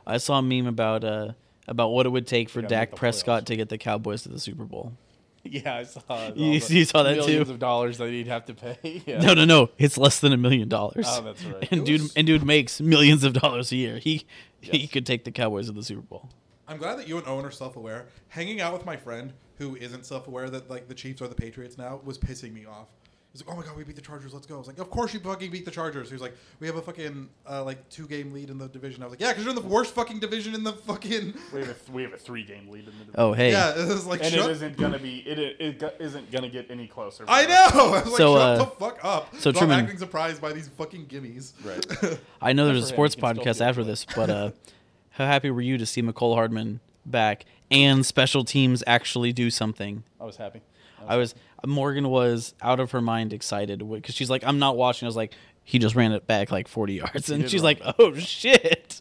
I saw a meme about uh about what it would take for
Yeah, make
Dak
the
Prescott to get the Cowboys to the Super Bowl.
[laughs] Yeah, I saw. all
You-
the
you saw that too?
millions of dollars that he'd have to pay. [laughs]
[laughs]
Yeah.
No, no, no. It's less than a million dollars.
Oh, that's right.
And dude, and dude makes millions of dollars a year. He he
Yes.
could take the Cowboys to the Super Bowl.
I'm glad that you and Owen are self-aware. Hanging out with my friend who isn't self-aware that like the Chiefs are the Patriots now was pissing me off. He's like, "Oh my god, we beat the Chargers. Let's go." I was like, "Of course you fucking beat the Chargers." He was like, "We have a fucking uh, like two game lead in the division." I was like, "Yeah, because you're in the worst fucking division in the fucking." [laughs]
We have a, we have a three game lead in the division.
[laughs] Oh, hey.
Yeah, it was like,
And
shut.
it isn't gonna be. It, it, it go- isn't gonna get any closer.
I know. [laughs] I was like,
So,
"Shut
uh,
the fuck up."
so
Stop
Truman-
acting surprised by these fucking gimmies.
Right.
I know there's a
for him.
sports
He can still
podcast
do it,
after
but-
this, but uh, [laughs] how happy were you to see McCole Hardman back and special teams actually do something?
I was happy.
I was Morgan was out of her mind excited because she's like, I'm not watching. I was like, he just ran it back like 40 yards, and
did
she's
run
like, oh shit.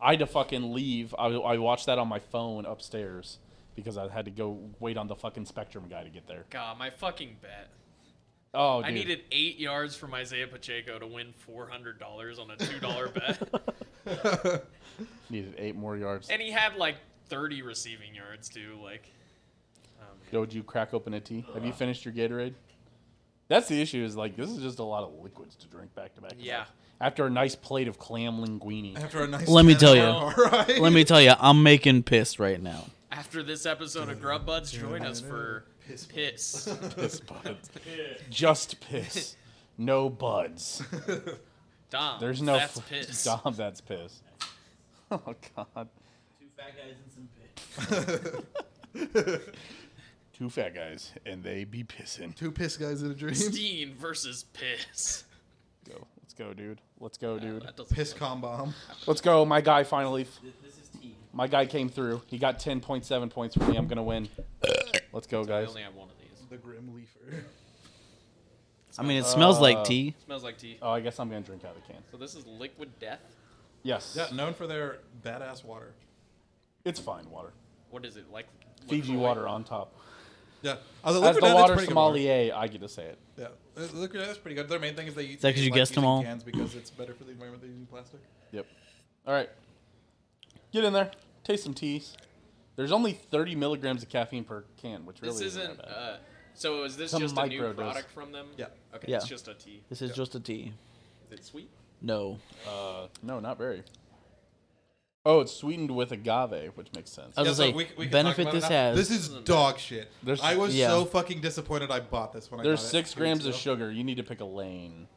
I had to fucking leave. I, I watched that on my phone upstairs because I had to go wait on the fucking Spectrum guy to get there.
God, my fucking bet.
Oh, dude.
I needed eight yards from Isaiah Pacheco to win $400 on a $2 [laughs] bet.
Needed eight more yards.
And he had like 30 receiving yards, too. Like, um,
Yo, would you crack open a tea? Have you finished your Gatorade? That's the issue. Is like this is just a lot of liquids to drink back to back. to
Yeah.
back. After a nice plate of clam
[laughs]
linguine.
After a nice.
Let me
10
tell you.
hour [laughs] ride.
Let me tell you, I'm making pissed right now.
after this episode of Grub Buds, join us for
Piss Buds.
piss.
Piss buds. Just piss. No buds.
Dom,
There's no.
Oh, that's
[laughs]
piss.
Dom, that's piss. Oh God. Two fat guys and they be pissing.
Two piss guys in a dream.
Steen versus piss.
Go. Let's go, dude. Let's go, dude.
That doesn't
Piss com bomb.
Let's go. My guy finally.
This is tea.
My guy came through. He got 10.7 points for me. I'm gonna win. Let's go,
I
guys.
only have one of these.
The grim leafer.
I mean, it smells like tea.
smells like tea.
Oh, I guess I'm gonna drink out of the can.
So this is liquid death.
Yes.
Yeah, known for their badass water.
It's fine water.
What is it like?
Fiji
LaCroix?
water on top.
Yeah. Oh, the
As
liquid
the
death is
water
pretty good water
sommelier, I get to say it.
Yeah, Uh, the liquid death is pretty good. Their main thing is they. Is
that 'cause you guessed 'em all?
Cans because it's better for the environment than using plastic.
Yep. All right. Get in there. Taste some teas. There's only 30 milligrams of caffeine per can, which really
This
isn't,
isn't.
that bad.
Uh, so is this
Some
just a new
microdose.
product from them?
Yeah.
Okay,
Yeah.
it's just a tea.
This is just a tea.
Is it sweet?
No.
Uh, no, not very. Oh, it's sweetened with agave, which makes sense.
I was
Yeah,
gonna
so
say,
we- we can talk
benefit
about
this
it now.
has.
This is dog shit.
There's-
I was
Yeah.
so fucking disappointed. I bought this when I
There's
got it
six
two weeks
grams of
ago.
sugar. You need to pick a lane.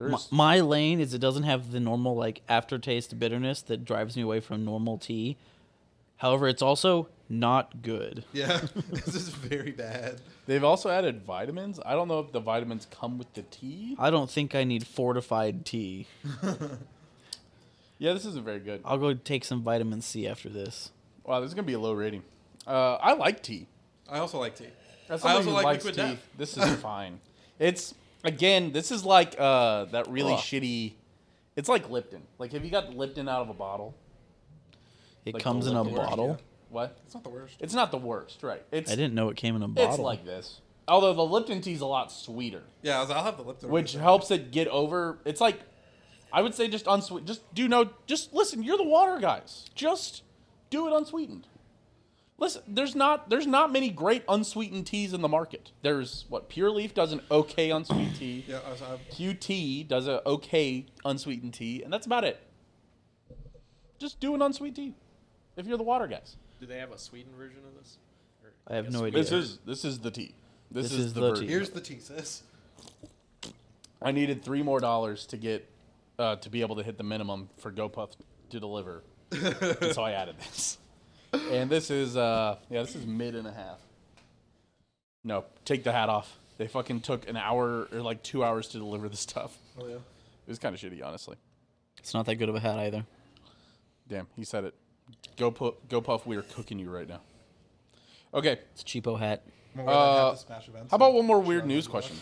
my,
There's,
my lane is it doesn't have the normal like aftertaste bitterness that drives me away from normal tea. However, it's also not good.
Yeah, [laughs] this is very bad.
they've also added vitamins. I don't know if the vitamins come with the tea.
I don't think I need fortified tea.
Yeah, this isn't very good.
I'll go take some vitamin C after this.
Wow, this is gonna be a low rating. Uh, I like tea.
I also like tea.
That's
I
somebody
also
who
like
likes
liquid
tea.
[laughs] death.
This is fine. It's again, this is like uh that really
Ugh.
shitty. It's like Lipton. Like, have you got Lipton out of a bottle?
It
Like
comes
the
in a
liquor.
bottle.
What?
It's not the worst.
It's not the worst, right? It's
I didn't know it came in a bottle.
it's like this. Although the Lipton tea's a lot sweeter,
Yeah, I was- I'll have the Lipton.
which helps it get over. It's like, I would say just unsweet. Just do no. Just listen. You're the water guys. Just do it unsweetened. Listen, there's not there's not many great unsweetened teas in the market. There's what Pure Leaf does an okay unsweetened tea.
Yeah, I was, I,
QT does a okay unsweetened tea, and that's about it. Just do an unsweet tea if you're the water guys.
Do they have a Sweden version of this? Or,
I have
guess
no
Sweden-
idea.
This is this is the tea. This, is, the,
tea.
tea.
here's the thesis.
I needed three more dollars to get uh, to be able to hit the minimum for GoPuff to deliver, and so I added this. And this is uh, yeah, this is mid and a half. No, take the hat off. They fucking took an hour or like two hours to deliver this stuff.
Oh yeah.
It was kind of shitty, honestly.
It's not that good of a hat either.
Damn, he said it. Go pu- go puff. We are cooking you right now. Okay,
It's a cheapo hat.
I'm gonna have
Uh,
to smash events.
How about one more weird news question?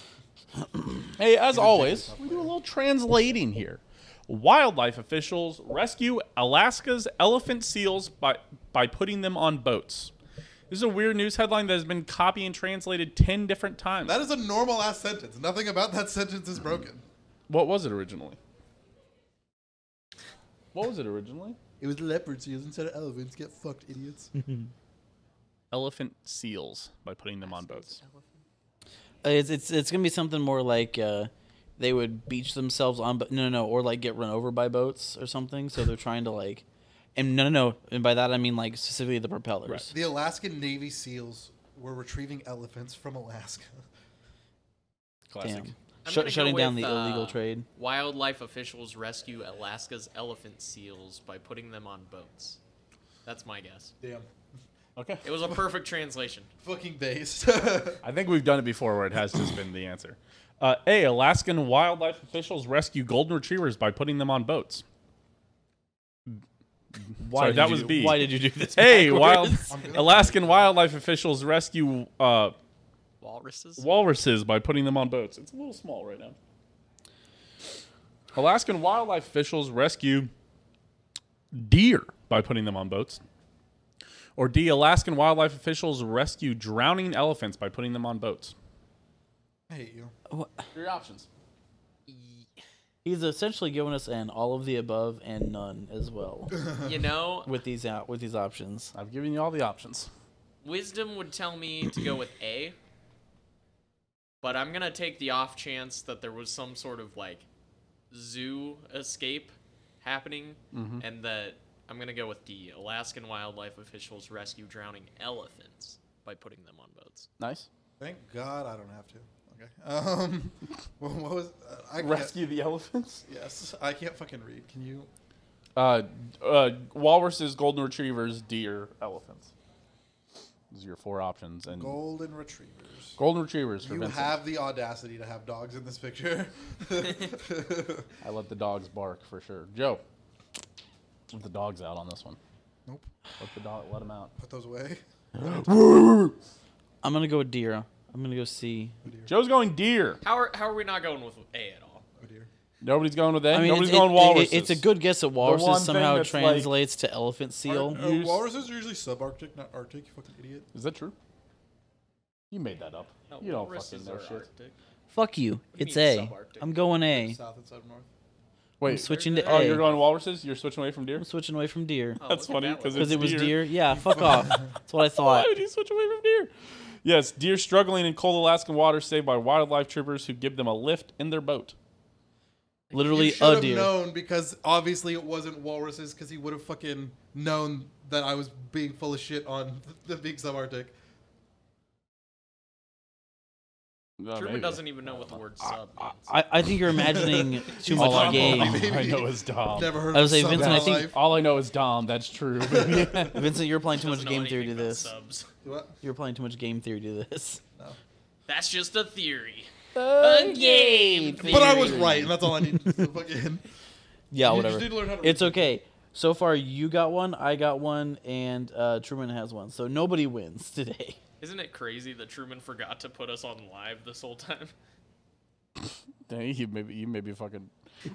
hey, as always, we do a little translating here. Wildlife officials rescue Alaska's elephant seals by, by putting them on boats. This is a weird news headline that has been copied and translated 10 different times.
That is a normal ass sentence. Nothing about that sentence is broken.
what was it originally? What was it originally?
It was leopard seals instead of elephants. Get fucked, idiots.
Elephant seals by putting them on boats.
Uh, It's it's it's gonna be something more like uh, they would beach themselves on, but no, no, no, or like get run over by boats or something. So they're trying to like, and no, no, no, and by that I mean like specifically the propellers.
Right.
the Alaskan Navy SEALs were retrieving elephants from Alaska.
Classic.
Damn.
I'm
Shut-
gonna go
shutting down
with,
the illegal
uh,
trade.
Wildlife officials rescue Alaska's elephant seals by putting them on boats. That's my guess.
[laughs] Damn.
Okay.
It was a perfect translation.
Fucking [laughs] based.
I think we've done it before where it has just been the answer. Uh, A. Alaskan wildlife officials rescue golden retrievers by putting them on boats.
Why
Sorry,
did
that
you
was
do-
B.
Why did you
[laughs]
do this?
A.
[laughs]
Wild,
backwards?
Alaskan wildlife officials rescue uh,
Walruses?
[laughs] walruses by putting them on boats. It's a little small right now. Alaskan wildlife officials rescue deer by putting them on boats. Or D. Alaskan wildlife officials rescue drowning elephants by putting them on boats.
I hate you.
Your options.
He's essentially giving us an all of the above and none
[coughs]
as well
You know,
with these out with these options.
I've given you all the options.
wisdom would tell me to go with A, but I'm gonna take the off chance that there was some sort of like zoo escape happening,
Mm-hmm.
and that I'm gonna go with D. Alaskan wildlife officials rescue drowning elephants by putting them on boats.
Nice.
Thank God I don't have to. Okay. [laughs] Um, well, what was uh, I can't-
Rescue the elephants.
Yes, I can't fucking read. Can you?
Uh, uh, walruses, golden retrievers, deer, elephants. Those are your four options. And
Golden retrievers.
golden retrievers for
You
Vincent.
have the audacity to have dogs in this [laughs] picture.
I let the dogs bark for sure. Joe, let the dogs out on this one.
nope.
Let the dog, let them out.
Put those away.
I'm gonna go with deer. I'm gonna go C.
Joe's going deer.
How are how are we not going with A at all?
Oh dear.
Nobody's going with that.
I mean,
Nobody's
it's, it-
going
it-
walruses.
it's a good guess that
one
walruses
thing
somehow
that's, like-
translates to elephant seal.
Are, uh,
Use-
walruses are usually subarctic, not arctic. You fucking idiot.
Is that true? You made that up.
No,
you don't
walruses
fucking know
are
shit.
Arctic.
Fuck you.
do you
It's
mean
A.
subarctic?
I'm going A.
South and south north.
I'm
Wait,
switching to
oh,
A.
you're going walruses. You're switching away from deer.
I'm switching away from deer
Oh,
That's
look at
funny,
that one.
'cause
because it was
deer.
deer. Yeah, fuck off. That's what I
Why
thought.
would you switch away from deer? Yes, deer struggling in cold Alaskan water saved by wildlife troopers who give them a lift in their boat.
You
Literally
should
a
have
deer.
known because obviously it wasn't walruses because he would have fucking known that I was being full of shit on the, the big subarctic.
Truman doesn't even know what the word sub
Uh,
means.
I, I think you're imagining too much
all, [laughs]
game.
Maybe.
I know is Dom.
Never heard.
I
of
would say,
sub in
Vincent,
my
I think-
life.
All I know is Dom. That's
[laughs]
true. [laughs]
Vincent, you're applying too much
Doesn't know
game theory to
anything about
this.
subs.
What?
You're applying too much game theory to this. [laughs]
That's just a theory.
A
game
But I was right, and that's all I need.
[laughs]
So fucking. [laughs]
Yeah,
You just
whatever.
need to learn how to
It's
read.
okay. So far, you got one, I got one, and uh, Truman has one. So nobody wins today. [laughs]
Isn't it crazy that Truman forgot to put us on live this whole time?
Dang, you maybe you maybe fucking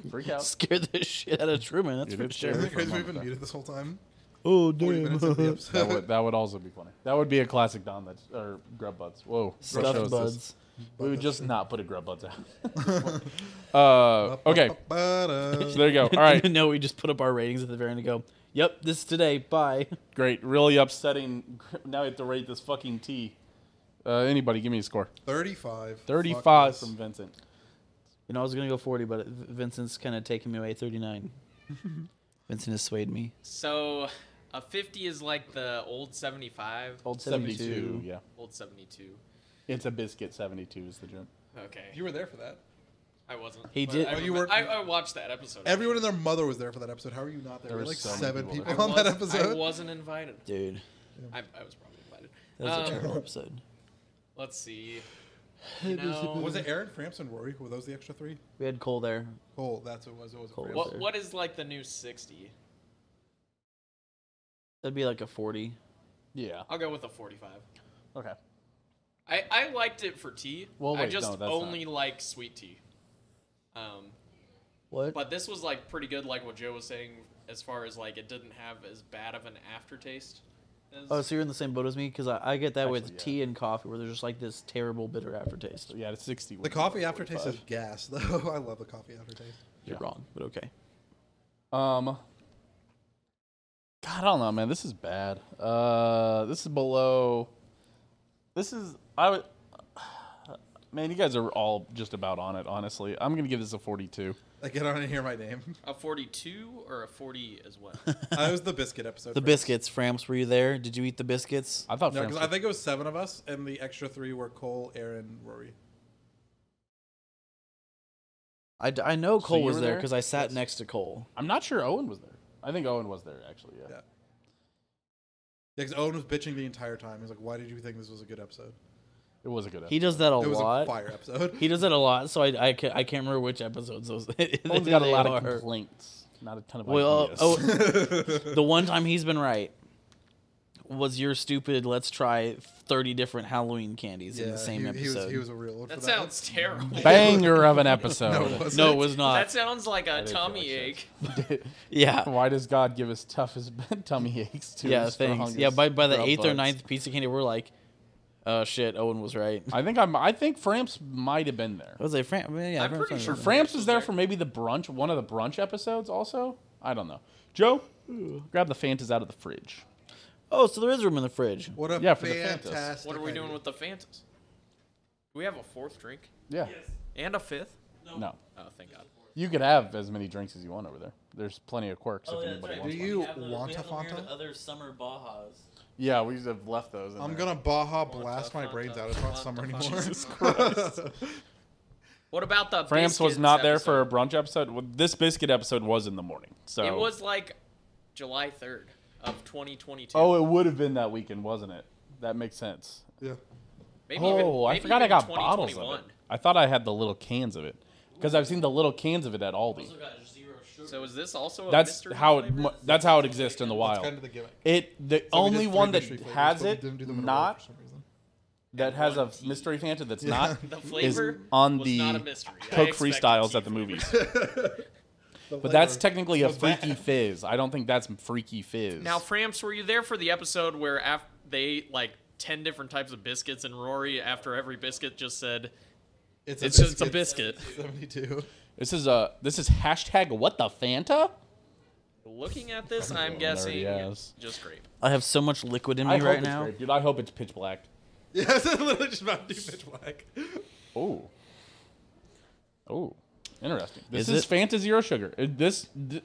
freak out.
Scared the shit out of Truman. That's
You
for
did
sure.
scare
Isn't
me
it
for a
crazy we've
moment
been
there.
muted this whole time?
Oh
40 minutes of the episode.
That would, that would also be funny. That would be a classic Don that or Grub Buds. Whoa,
Stuffed
Gross.
buds.
We would just not put a Grub Buds
[laughs]
out. uh, [laughs] okay,
Ba-da.
so there you go. All
[laughs]
[laughs]
right,
no, we just put up our ratings at the very end and go, "Yep, this is today. Bye."
great. Really upsetting. Now we have to rate this fucking tea. Uh, anybody, give me a score.
35. Fuck
Thirty-five
this.
from Vincent.
You know, I was gonna go forty, but V- Vincent's kind of taking me
[laughs]
away. Thirty-nine. Vincent has swayed me.
So a 50 is like the old 75,
Old
72.
Yeah,
old 72.
it's a biscuit. Seventy-two is the joke.
Okay,
[laughs] You were there for that.
I wasn't.
He
but
did-
I,
Oh, you
remem-
were-
I, I watched that episode.
Everyone and their mother was there for that episode. How are you not there?
There
There were
were
like
so many
seven
people
people,
there.
on that
wasn't- I
episode.
wasn't invited.
Dude,
I, I was probably invited.
that was
Oh.
a
Um,
terrible episode.
[laughs]
Let's see. You know,
Was it Aaron Framps and Rory? Were those the extra three?
We had Cole there.
Cole, that's what it was. It was
Cole.
Cole.
what, what is like the new 60?
That'd be like a forty.
Yeah.
I'll go with a 45.
Okay.
I, I liked it for tea.
Well,
I
wait,
just
no, that's
only like sweet tea. Um,
What?
but this was like pretty good, like what Joe was saying, as far as like it didn't have as bad of an aftertaste. As,
Oh, so you're in the same boat as me because I, I get that with
Actually, yeah.
tea and coffee, where there's just like this terrible bitter aftertaste.
Yeah, it's sixty.
The coffee aftertaste is gas, [laughs] though. I love the coffee aftertaste.
You're
Yeah.
wrong, but okay.
Um. God, I don't know, man. This is bad. Uh, this is below. This is I would. [sighs] Man, you guys are all just about on it. Honestly, I'm gonna give this a 42.
Like, get on and hear
[laughs]
my name.
a 42 or a 40 as
[laughs]
well?
I was the biscuit episode.
The
first.
biscuits, Framps, were you there? Did you eat the biscuits?
I thought.
No,
Fram's
because I think it was seven of us, and the extra three were Cole, Aaron, Rory.
I, d- I know Cole
you
was
were
there
there?
because I sat next to Cole.
I'm not sure Owen was there. I think Owen was there actually. Yeah.
Yeah. Because Owen was bitching the entire time. He's like, "Why did you think this was a good episode?
It was a good.
He
Episode.
does that a
it was
lot.
a fire episode." [laughs]
He does that a lot, so I, I, can't, I can't remember which episodes those. [laughs]
Owen's
they
got a lot of
are.
complaints, not a ton of
Well,
ideas.
oh,
[laughs]
the one time he's been right was your stupid. Let's try thirty different Halloween candies in the same
he, He
episode.
was,
[laughs]
he was a real one for
That
that one.
sounds terrible.
banger of an episode.
[laughs] No, it wasn't.
no, it was not.
[laughs] That sounds like a
did feel like
tummy
shit.
ache.
[laughs]
yeah,
Why does God give us toughest [laughs] tummy aches to
yeah,
his
thanks.
strongest
Yeah, by by the
grub
eighth or
bugs?
ninth piece of candy, we're like, oh shit, Owen was right.
I think I'm. I think Framps might have been there.
I was like, Fram- I mean, yeah,
I'm
Fram's
pretty
not
sure
really-
Framps was there for maybe the brunch, one of the brunch episodes. Also, I don't know. Joe, grab the Fantas out of the fridge.
Oh, so there is room in the fridge.
What a
Yeah, for the Fantas.
fantastic!
What are we doing
idea.
with the Fantas? Do we have a fourth drink?
Yeah.
And a fifth?
No,
Oh, thank God.
you could have as many drinks as you want over there. There's plenty of quirks
Oh,
if anybody wants.
Do
one.
you want a Fanta?
other summer Bajas.
Yeah, we have left those. In
I'm
there.
gonna Baja blast my
Fanta,
brains out. It's not
Fanta,
summer
Fanta.
anymore. [laughs]
Jesus Christ.
What about the
Framps was
biscuits
not there for a
episode?
brunch episode. Well, This biscuit episode was in the morning. So
It was like July 3rd of 2022.
Oh, it would have been that weekend, wasn't it? That makes sense.
yeah.
maybe
oh,
even-
I
maybe
forgot I
even
got bottles of it.
2021.
I thought I had the little cans of it because I've seen the little cans of it at Aldi.
So is this also a
That's
mystery
how it.
flavor?
mu- That's how it exists in the
Oh, That's
wild.
kind of the gimmick.
It the
So we did
only
three
one that
mystery flavors,
has
but we
it,
didn't do them in a row for
not
some reason.
that has a
One
mystery Fanta
[laughs]
that's not
the flavor
on
was
the
not a mystery. I
Coke
expected
freestyles
tea
at the
flavor.
movies,
[laughs] The
but that's
flavor.
technically a
was bad.
freaky fizz. I don't think that's freaky fizz.
[laughs] Now, Framps, were you there for the episode where af- they like ten different types of biscuits, and Rory, after every biscuit, just said,
It's,
"It's just a biscuit."
[laughs] Seventy-two.
this is a this is hashtag what the Fanta.
Looking at this, I'm
[laughs]
already
guessing
has.
just grape.
I have so much liquid in me
I hope
right
it's
now.
great, dude. I hope it's pitch black.
Yeah, it's literally just Mountain Dew pitch black.
Oh. Oh. Interesting. This is,
Is it?
Fanta Zero Sugar. Uh, This, th-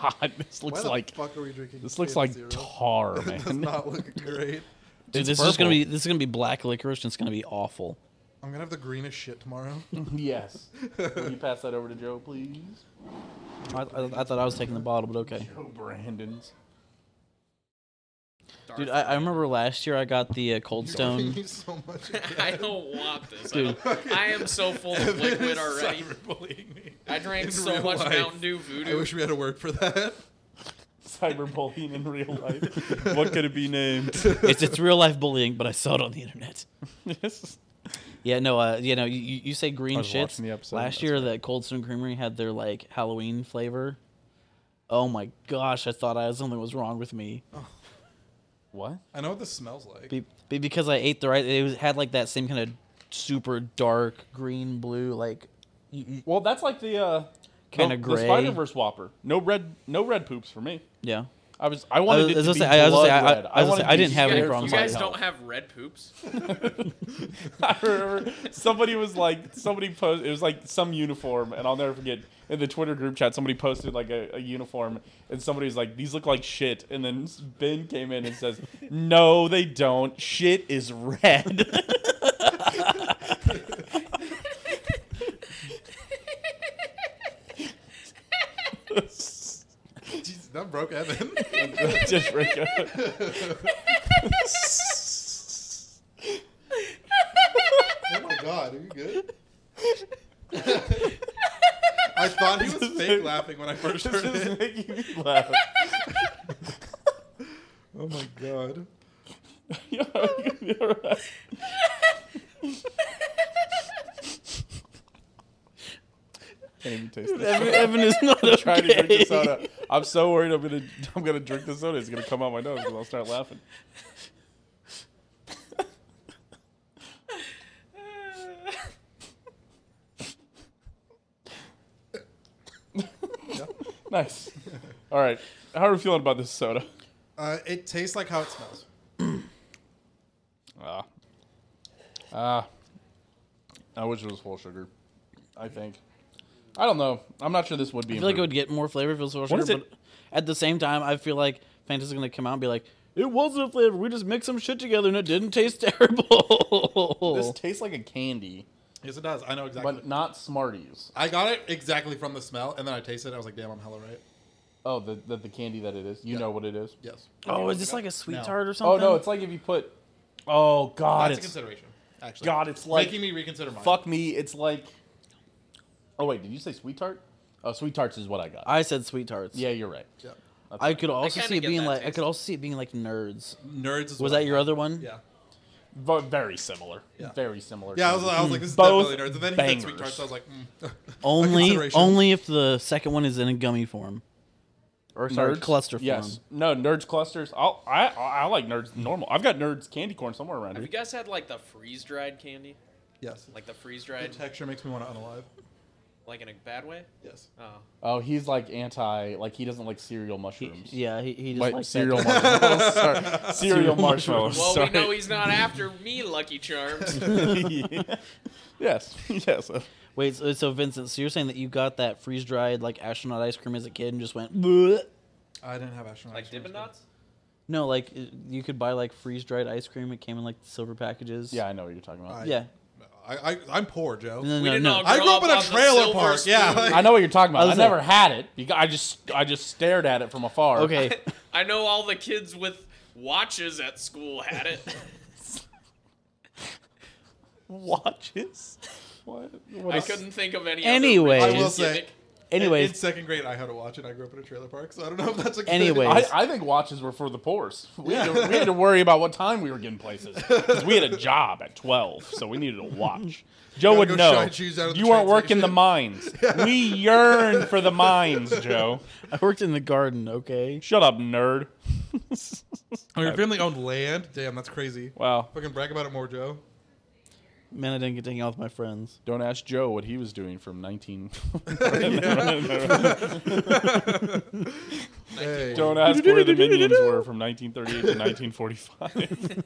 God, [laughs] this
Why
looks
the
like
fuck are we drinking?
this looks
Fanta
like
Zero? [laughs]
tar, man.
It does not look great.
Dude,
It's
this is
purple.
gonna be this is gonna be black licorice. and It's gonna be awful.
I'm gonna have the greenest shit tomorrow.
[laughs]
[laughs]
yes. Will you pass that over to Joe, please?
I, I, I thought I was taking the bottle, but okay.
Joe Brandon's.
Dude, I, I remember last year I got the uh, Cold [laughs]
Giving
Stone.
me so
[laughs]
much.
[laughs] I don't want this. I,
Dude.
don't- I am so full
[laughs]
of liquid already.
Cyberbullying me.
I drank
In
so
real
much
life.
Mountain Dew
I
Voodoo.
wish we had a word for that.
Cyberbullying in real life.
[laughs]
what could it be named?
it's it's real life bullying, but I saw it on the internet. Yeah, no, uh, you know, you, you you say green
was
shits.
watching the episode,
Last
that's
year, the Cold Stone Creamery had their like Halloween flavor. Oh my gosh, I thought I something was wrong with me,
What?
I know what this smells like.
be, be- because I ate the right. It was, had like that same kind of super dark green blue like. You, you-
Well, that's like the uh,
Kinda
the- The
gray.
Spider Verse Whopper. No red, no red poops for me.
yeah.
I was, I
I
wanted
was,
it
I
to
was
be
gonna say, I, was gonna
blood
say, I,
red.
I, I, was gonna
wanted
say, I
it to
didn't
be
have any
scared
problems.
for
You guys
my
with
health.
don't have red poops.
Hmm? I remember somebody was like, somebody posted, it was like some uniform, and I'll never forget. In the Twitter group chat, somebody posted like a, a uniform, and somebody was like, "These look like shit." And then Ben came in and says, "No, they don't. Shit is red."
Jeez, that
[laughs]
broke Evan. [laughs]
Just Rico.
oh my god, are you
[laughs]
good? [laughs] I thought he was
[laughs]
fake laughing when I first
This
heard
is
it.
making me laugh.
Oh my god.
[laughs] You're right. Can't even taste this.
Evan,
[laughs]
Evan is not [laughs] okay.
Trying to drink the soda. I'm so worried. I'm gonna I'm gonna drink the soda. It's gonna come out my nose because I'll start [laughs] laughing. Nice. All right. How are we feeling about this soda?
Uh, it tastes like how it smells.
Ah. Ah. I wish it was full sugar. I think. I don't know. I'm not sure this would be.
I feel like it would get more flavor if it was more
What is
sugar,
it-
but at the same time, I feel like Fanta's gonna come out and be like, "It wasn't a flavor. We just mixed some shit together and it didn't taste [laughs] terrible."
this tastes like a candy,
Yes, it does. I know exactly.
but not Smarties.
I got it exactly from the smell, and then I tasted it. I was like, damn, I'm hella right.
Oh, the the, the candy that it is. You know what it is.
Yes.
oh, is this like a sweet
No.
tart or
Oh
something?
no, it's like if you put. Oh God,
That's a
it's
consideration, actually.
God, it's like
Making me reconsider mine.
fuck me. It's like. Oh wait, did you say sweet tart? Oh, sweet tarts is what I got.
I said sweet tarts.
yeah, you're right.
Yeah.
I could also
kinda
see it
get
being
that
like I
taste.
could also see it being like nerds.
Nerds is
Was
what I
that your
got.
other one?
Yeah.
V- very similar.
Yeah.
Very similar.
Yeah, I
to
was,
me.
I was like, this is
Both
definitely nerds. And then he said sweet
bangers.
tarts, so I was like, mm.
Only
consideration.
only if the second one is in a gummy form.
or
Nerd cluster
Yes.
form.
No nerds clusters. I'll, I I I like nerds normal. I've got nerds candy corn somewhere around
Have
here.
you guys had like the freeze dried candy?
[laughs] yes.
Like
Like,
the freeze
the
dried,
texture makes me want to unalive.
like in a bad way?
Yes.
Oh.
Oh, he's like anti. Like he doesn't like cereal mushrooms.
Yeah, he, he just
Like
likes that.
cereal marshmallows. Sorry. Cereal marshmallows.
Well,
Sorry.
we know he's not after me,
[laughs]
Lucky Charms.
yes. Yes.
[laughs] Wait, so, so Vincent, so you're saying that you got that freeze dried like astronaut ice cream as a kid and just went, "Bleh."
I didn't have astronaut.
like Dippin' Dots?
no, like it- you could buy like freeze dried ice cream. It came in like silver packages.
Yeah, I know what you're talking about.
I-
yeah.
I, I, I'm poor, Joe.
No,
We
no,
didn't
no.
all grow
I grew up in a
on the
trailer
silver
park. Yeah.
spoon.
like-
I know what you're talking
I
about. I,
was like-
never had it. You, I just I just stared at it from afar. [laughs]
Okay.
I know all the kids with watches at school had it.
Watches. What? what
I
is-
couldn't think of any.
Anyways.
other
I
will
religious
say-
gimmick.
[laughs]
[laughs]
In
Anyways,
second grade, I had to watch it. I grew up in a trailer park, so I don't know [laughs] if that's a good
Anyway.
I, I think watches were for the poorest. [laughs] We, had to, we had to worry about what time we were getting places. 'Cause we had a job at 12, so we needed a
[laughs]
watch. Joe
Gotta
would
go
know.
shine shoes out of the
You weren't
train
working the
station. [laughs]
mines. We yearn for the mines, Joe.
I worked in the garden. Okay.
Shut up, nerd.
Oh, your family owned land? Damn, that's crazy.
Wow.
Fucking brag about it more, Joe.
Man, I didn't get to hang out with my friends.
Don't ask Joe what he was doing from [laughs]
[laughs]
19.
Hey,
Don't ask where the minions were from 1938 to 1945.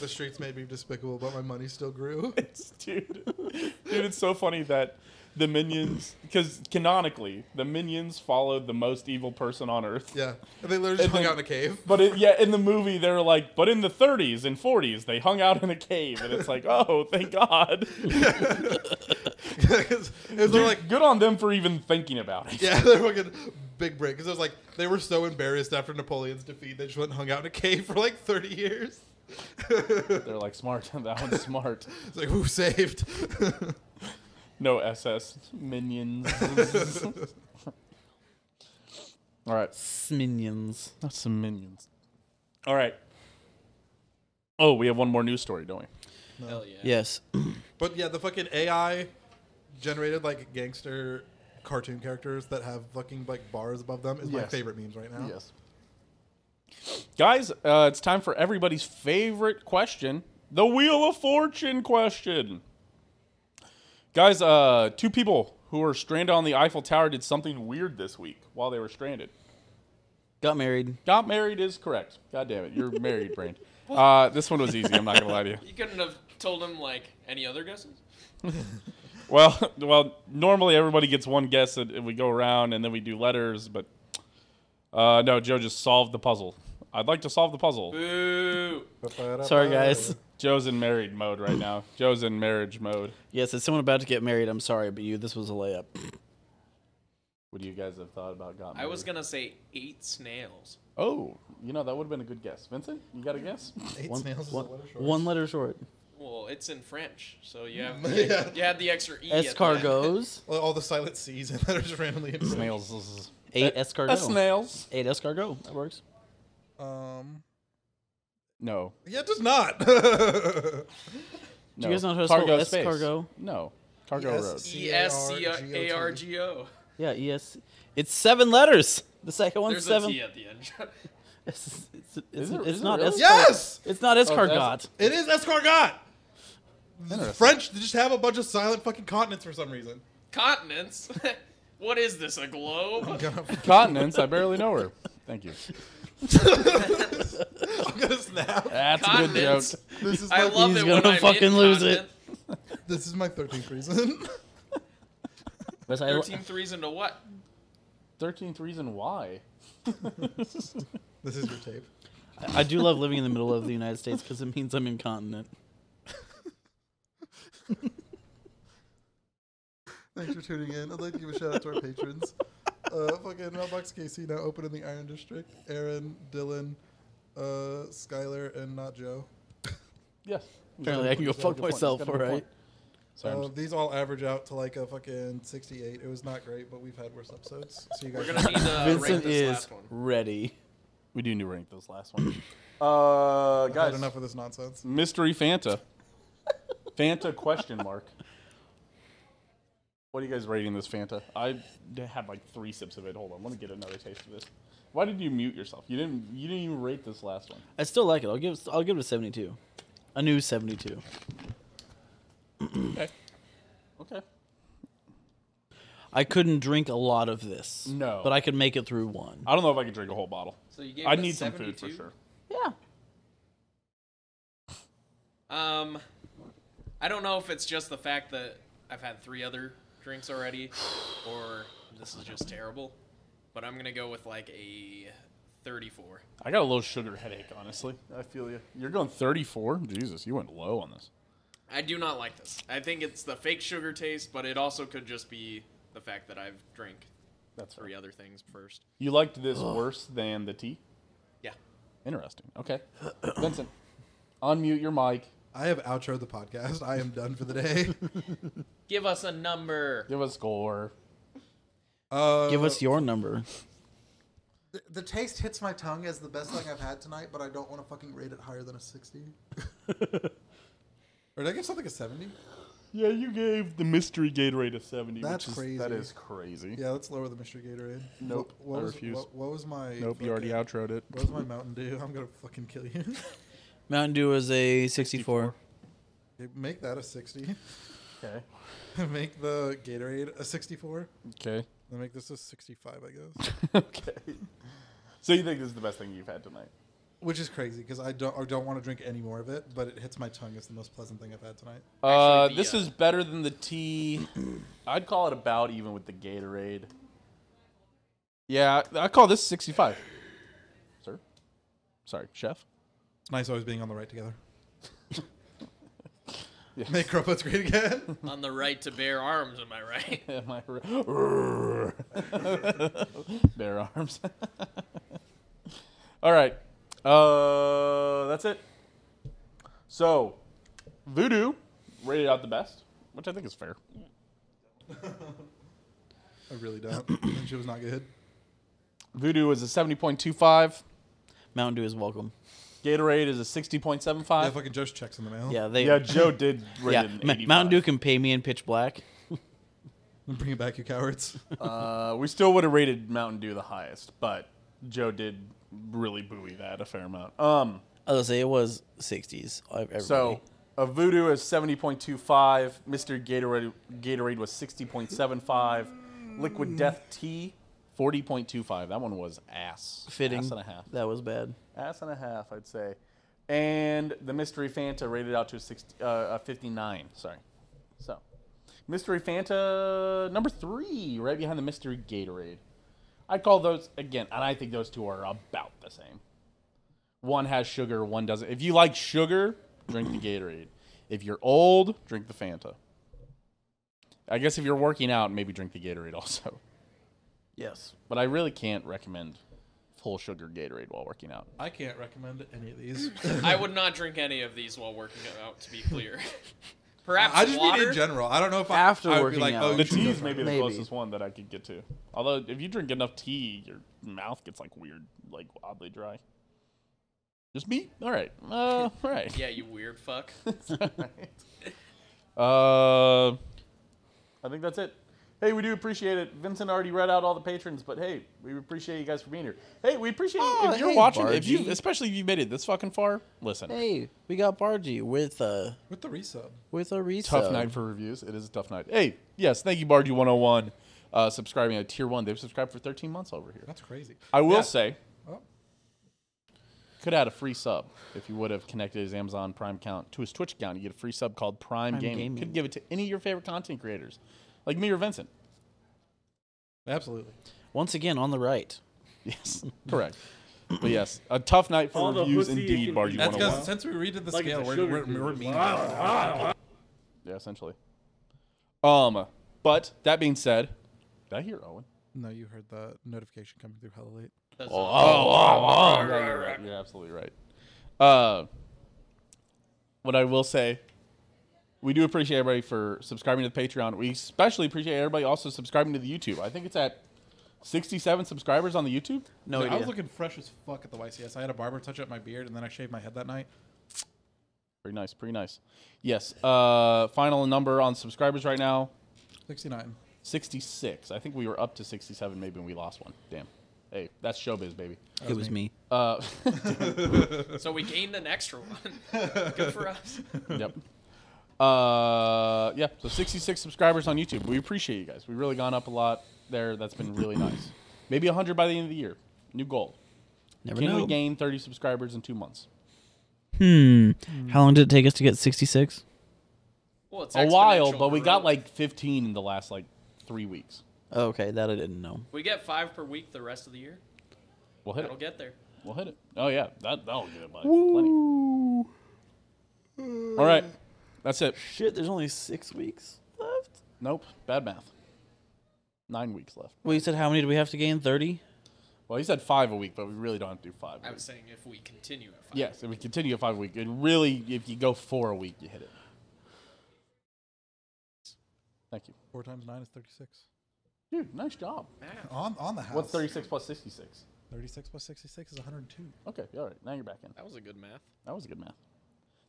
the streets made me despicable, but my money
[laughs]
still grew.
dude. Dude, it's so funny that the minions, because canonically, the minions followed the most evil person on earth.
Yeah, and they literally just
And
hung
then-
out in a cave. [laughs]
But it, yeah, in the movie, they're like, but in the 30s and 40s, they hung out in a cave, and it's like, oh, thank God.
'Cause it was like,
Good on them for even thinking about it.
yeah, [laughs] they're fucking big break. Because it was like they were so embarrassed after Napoleon's defeat, they just went and hung out in a cave [laughs] for like thirty years. it's
They're like, smart. [laughs] That one's smart.
like who saved? [laughs]
No SS minions. [laughs] All right.
Minions.
That's some minions. All right. Oh, we have one more news story, don't we?
Hell yeah.
Yes.
But yeah, the fucking AI generated like gangster cartoon characters that have fucking like bars above them is my
Yes.
favorite memes right now.
Yes. Guys, uh, it's time for everybody's favorite question the Wheel of Fortune question. Guys, uh, two people who were stranded on the Eiffel Tower did something weird this week while they were stranded.
Got married.
Got married is correct. God damn it. You're [laughs] married, Brain. Uh, this one was easy. I'm not going to lie to you.
You couldn't have told him like any other guesses.
Well, well, normally everybody gets one guess and and we go around and then we do letters, but uh, no, Joe just solved the puzzle. I'd like to solve the puzzle.
Boo.
Oh.
Sorry, guys. [laughs]
Joe's in married mode right now. Joe's in marriage mode.
Yes, it's someone about to get married. I'm sorry, but you. This was a layup.
What do you guys have thought about got
I was
married?
gonna say eight snails.
Oh, you know that would have been a good guess, Vincent. You got a guess?
Eight
One,
snails
one-
is a letter short.
one letter short.
Well, it's in French, so you have
[laughs] Yeah.
you had the extra e. at the end.
[laughs]
Escargots.
Well, all the silent C's and letters
[laughs]
randomly. in-
Snails.
Eight
A
escargot.
snails?
Eight escargot. That works.
Um,
No.
yeah, it does not. [laughs] S
no.
you guys know how to
Cargo
spell
space.
escargot?
No. Cargo
Yes.
road.
[laughs] E S C A R G O.
Yeah. E Yes. It's seven letters. The second one's
There's
seven.
a T at the end.
[laughs]
[laughs]
It's, it's, it's,
Is it-
it's
is it
not
really? Oh,
escargot.
Yes!
It's not escargot.
it is escargot.
Interesting.
French they just have a bunch of silent fucking continents for some reason. [laughs]
Continents. [laughs] what is this? A
Oh,
globe?
Continents. I barely know her. Thank you.
I'm gonna
[laughs]
snap.
That's a good joke.
Continents.
This is
I
my,
love
he's
it when
gonna
I'm
fucking
in
lose it.
continent.
this is my 13th reason. [laughs]
But I-
13 threes into what?
13th reason why.
this is your tape.
I do love living in the middle of the United States because it means I'm incontinent.
Thanks for tuning in. I'd like to give a shout out to our patrons. Uh, fucking Mailbox KC now open in the Iron District. Aaron, Dylan, uh, Skylar, and not Joe.
Yes.
Apparently, I can go
He's got a
fuck
good point.
myself.
He's got
All
a good
right.
point. Sorry, I'm
Uh,
just-
these all average out to like a fucking 68. It was not great, but we've had worse episodes. So you guys
We're gonna need to
[laughs]
rank
Vincent
this
is
last one.
ready.
we do need to rank those last ones. uh,
I've had
guys,
enough of this nonsense.
mystery Fanta. Fanta question mark. What are you guys rating this Fanta? I d- had like three sips of it. Hold on, let me get another taste of this. Why did you mute yourself? You didn't. You didn't even rate this last one.
I still like it. I'll give. I'll give it a 72. A new 72.
Okay.
I couldn't drink a lot of this.
No.
But I could make it through one.
I don't know if I could drink a whole bottle.
So you gave
I
it a
need some food for
72?
sure.
Yeah.
Um, I don't know if it's just the fact that I've had three other drinks already, or this is just terrible. But I'm gonna go with like a 34.
I got a little sugar headache, honestly. I feel you. You're going 34. Jesus, you went low on this.
I do not like this. I think it's the fake sugar taste, but it also could just be the fact that I've drank
That's
three other things first.
You liked this worse than the tea?
Yeah.
Interesting. Okay. Vincent, unmute your mic.
I have outroed the podcast. I am done for
[laughs]
the day.
Give us a number.
Give us a score.
Uh,
Give us your number.
The, the taste hits my tongue as the best thing I've had tonight, but I don't want to fucking rate it higher than a 60. [laughs] or did I give something a 70?
Yeah, you gave the mystery Gatorade a 70.
That's
which is,
crazy.
That is crazy.
Yeah, let's lower the mystery Gatorade.
Nope,
What, what
I
was,
refuse.
What, what was my.
Nope, you already
fucking-
outroed it.
What was my Mountain Dew? I'm gonna fucking kill you. [laughs]
Mountain Dew is a 64.
Make that a 60.
Okay.
[laughs] Make the Gatorade a 64.
Okay.
Then make this a 65, I guess.
[laughs] okay. So you think this is the best thing you've had tonight?
Which is crazy because I don't I don't want to drink any more of it, but it hits my tongue. It's the most pleasant thing I've had tonight.
Uh,
the,
this
uh,
is better than the tea. [coughs] I'd call it about even with the Gatorade. Yeah, I call this 65. Sir? Sorry, chef?
It's nice always being on the
[laughs]
right together.
Yes.
Make Grubbut's great again.
On the right to bear arms, am I right?
Am I right? [laughs] Bare arms. All right. Uh, that's it. So, Voodoo rated out the best, which I think is fair.
I
[coughs]
really don't. And she was not good.
Voodoo is a 70.25.
Mountain Dew is welcome.
Gatorade is a sixty point seven
Yeah,
five.
fucking Joe's checks in the mail.
Yeah, they.
Yeah, Joe did
[laughs]
rate
yeah,
it an
Ma-
85.
Mountain Dew can pay me in pitch black.
[laughs] Bring it back, you cowards.
Uh, we still would have rated Mountain Dew the highest, but Joe did really buoy that a fair amount. Um,
I was gonna say it was 60s. Everybody.
so a Voodoo is seventy point two five. Mister Gatorade Gatorade was sixty point seven five. Liquid Death Tea. Forty point two five. That one was ass.
fitting.
Ass and a half.
That was bad.
Ass and a half, I'd say. And the Mystery Fanta rated out to a, 60, uh, a 59. Sorry. So, Mystery Fanta number three, right behind the Mystery Gatorade. I call those, again, and I think those two are about the same. One has sugar, one doesn't. If you like sugar, drink the Gatorade. If you're old, drink the Fanta. I guess if you're working out, maybe drink the Gatorade also. [laughs]
Yes.
But I really can't recommend full sugar Gatorade while working out.
I can't recommend any of these.
I would not drink any of these while working out, to be
[laughs]
clear. Perhaps
[laughs] I just
water.
mean in general. I don't know if I,
After
I would
working
be like,
out.
oh, you
The
should
tea
go
is
for
maybe the
Maybe.
closest one that I could get to. Although, if you drink enough tea, your mouth gets like weird, like oddly dry. Just me? All right. Uh, all right.
Yeah, you weird fuck.
Uh, I think that's it. Hey, we do appreciate it. Vincent already read out all the patrons, but hey, we appreciate you guys for being here. Hey, we appreciate if you're
Ah, hey,
watching, if
Bargy.
you, especially if you made it this fucking far. Listen,
Hey, we got Bargy with a
With the resub.
with a resub.
tough night for reviews. It is a tough night. Hey, yes, thank you, Bargy 101, uh, subscribing at tier one. They've subscribed for 13 months over here.
That's crazy.
I will
Yeah.
say,
Oh.
could add a free sub if you would have connected his Amazon Prime account to his Twitch account. You get a free sub called Prime,
Prime
Gaming.
Gaming.
Could give it to any of your favorite content creators, like me or Vincent. [laughs]
Absolutely.
Once again on the right.
Yes, correct. but yes, a tough night for
All the
reviews
pussy you
indeed,
can
Bargy
eat.
That's
101.
because since we redid the
Like
scale,
it's a
we're,
sugar
we're,
cube.
we're mean.
Yeah, essentially. Um, but that being said, did I hear Owen?
No, you heard the notification coming through hella late.
That's
Oh, yeah, you're right. You're absolutely right. Uh, what I will say, we do appreciate everybody for subscribing to the Patreon. We especially appreciate everybody also subscribing to the YouTube. I think it's at 67 subscribers on the YouTube.
No
Dude, I
idea.
was looking fresh as fuck at the YCS. I had a barber touch up my beard, and then I shaved my head that night.
Pretty nice, pretty nice. Yes. Uh, final number on subscribers right now,
69.
66. I think we were up to 67 maybe and we lost one. Damn. Hey, that's showbiz, baby.
it was me.
Uh,
So we gained an extra
[laughs]
one. Good for us.
yep. Uh, yeah. So 66 subscribers on YouTube. We appreciate you guys. We've really gone up a lot there. That's been really nice. Maybe 100 by the end of the year. New goal.
Never
Can we
know.
gain 30 subscribers in two months?
Hmm. How long did it take us to get 66?
Well, it's
A while,
exponential
but we got
growth.
like 15 in the last like three weeks.
Oh, okay, that I didn't know.
We get five per week the rest of the year.
We'll hit
That'll
it.
get there.
We'll hit it. Oh yeah, that that'll get it, buddy. Plenty. All right, that's it.
Shit, there's only six weeks left.
Nope, bad math. Nine weeks left.
Well, you said how many do we have to gain? 30?
Well, he said five a week, but we really don't have to do five. a
I
week.
was saying if we continue at five.
Yes, if we continue at five a week, it really, if you go four a week, you hit it. Thank you.
Four times nine is 36.
Dude, nice job.
On on the house.
What's 36 plus 66?
36 plus 66 is 102.
Okay, all right. Now you're back in.
That was a good math.
That was a good math.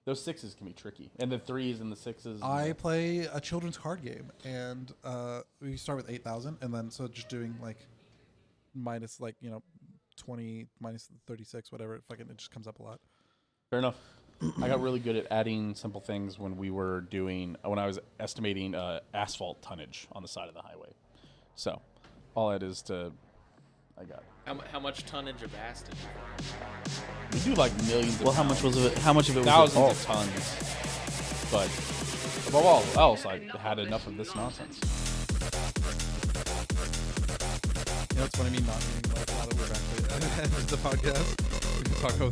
Those sixes can be tricky. And the threes and the sixes. and
I play a children's card game, and uh, we start with 8,000, and then so just doing like minus like, you know, 20 minus 36, whatever. It fucking, it just comes up a lot.
Fair enough. I got really good at adding simple things when we were doing when I was estimating uh, asphalt tonnage on the side of the highway. So all that is to I got.
How, mu- how much tonnage of ass did you
We do like millions.
Well,
of
how much was it? How much of it Oh. was
thousands
it?
of tons. But above all else, I had enough of this nonsense.
[laughs] You know, it's funny me not being like, now that we're back to the podcast, we can talk about the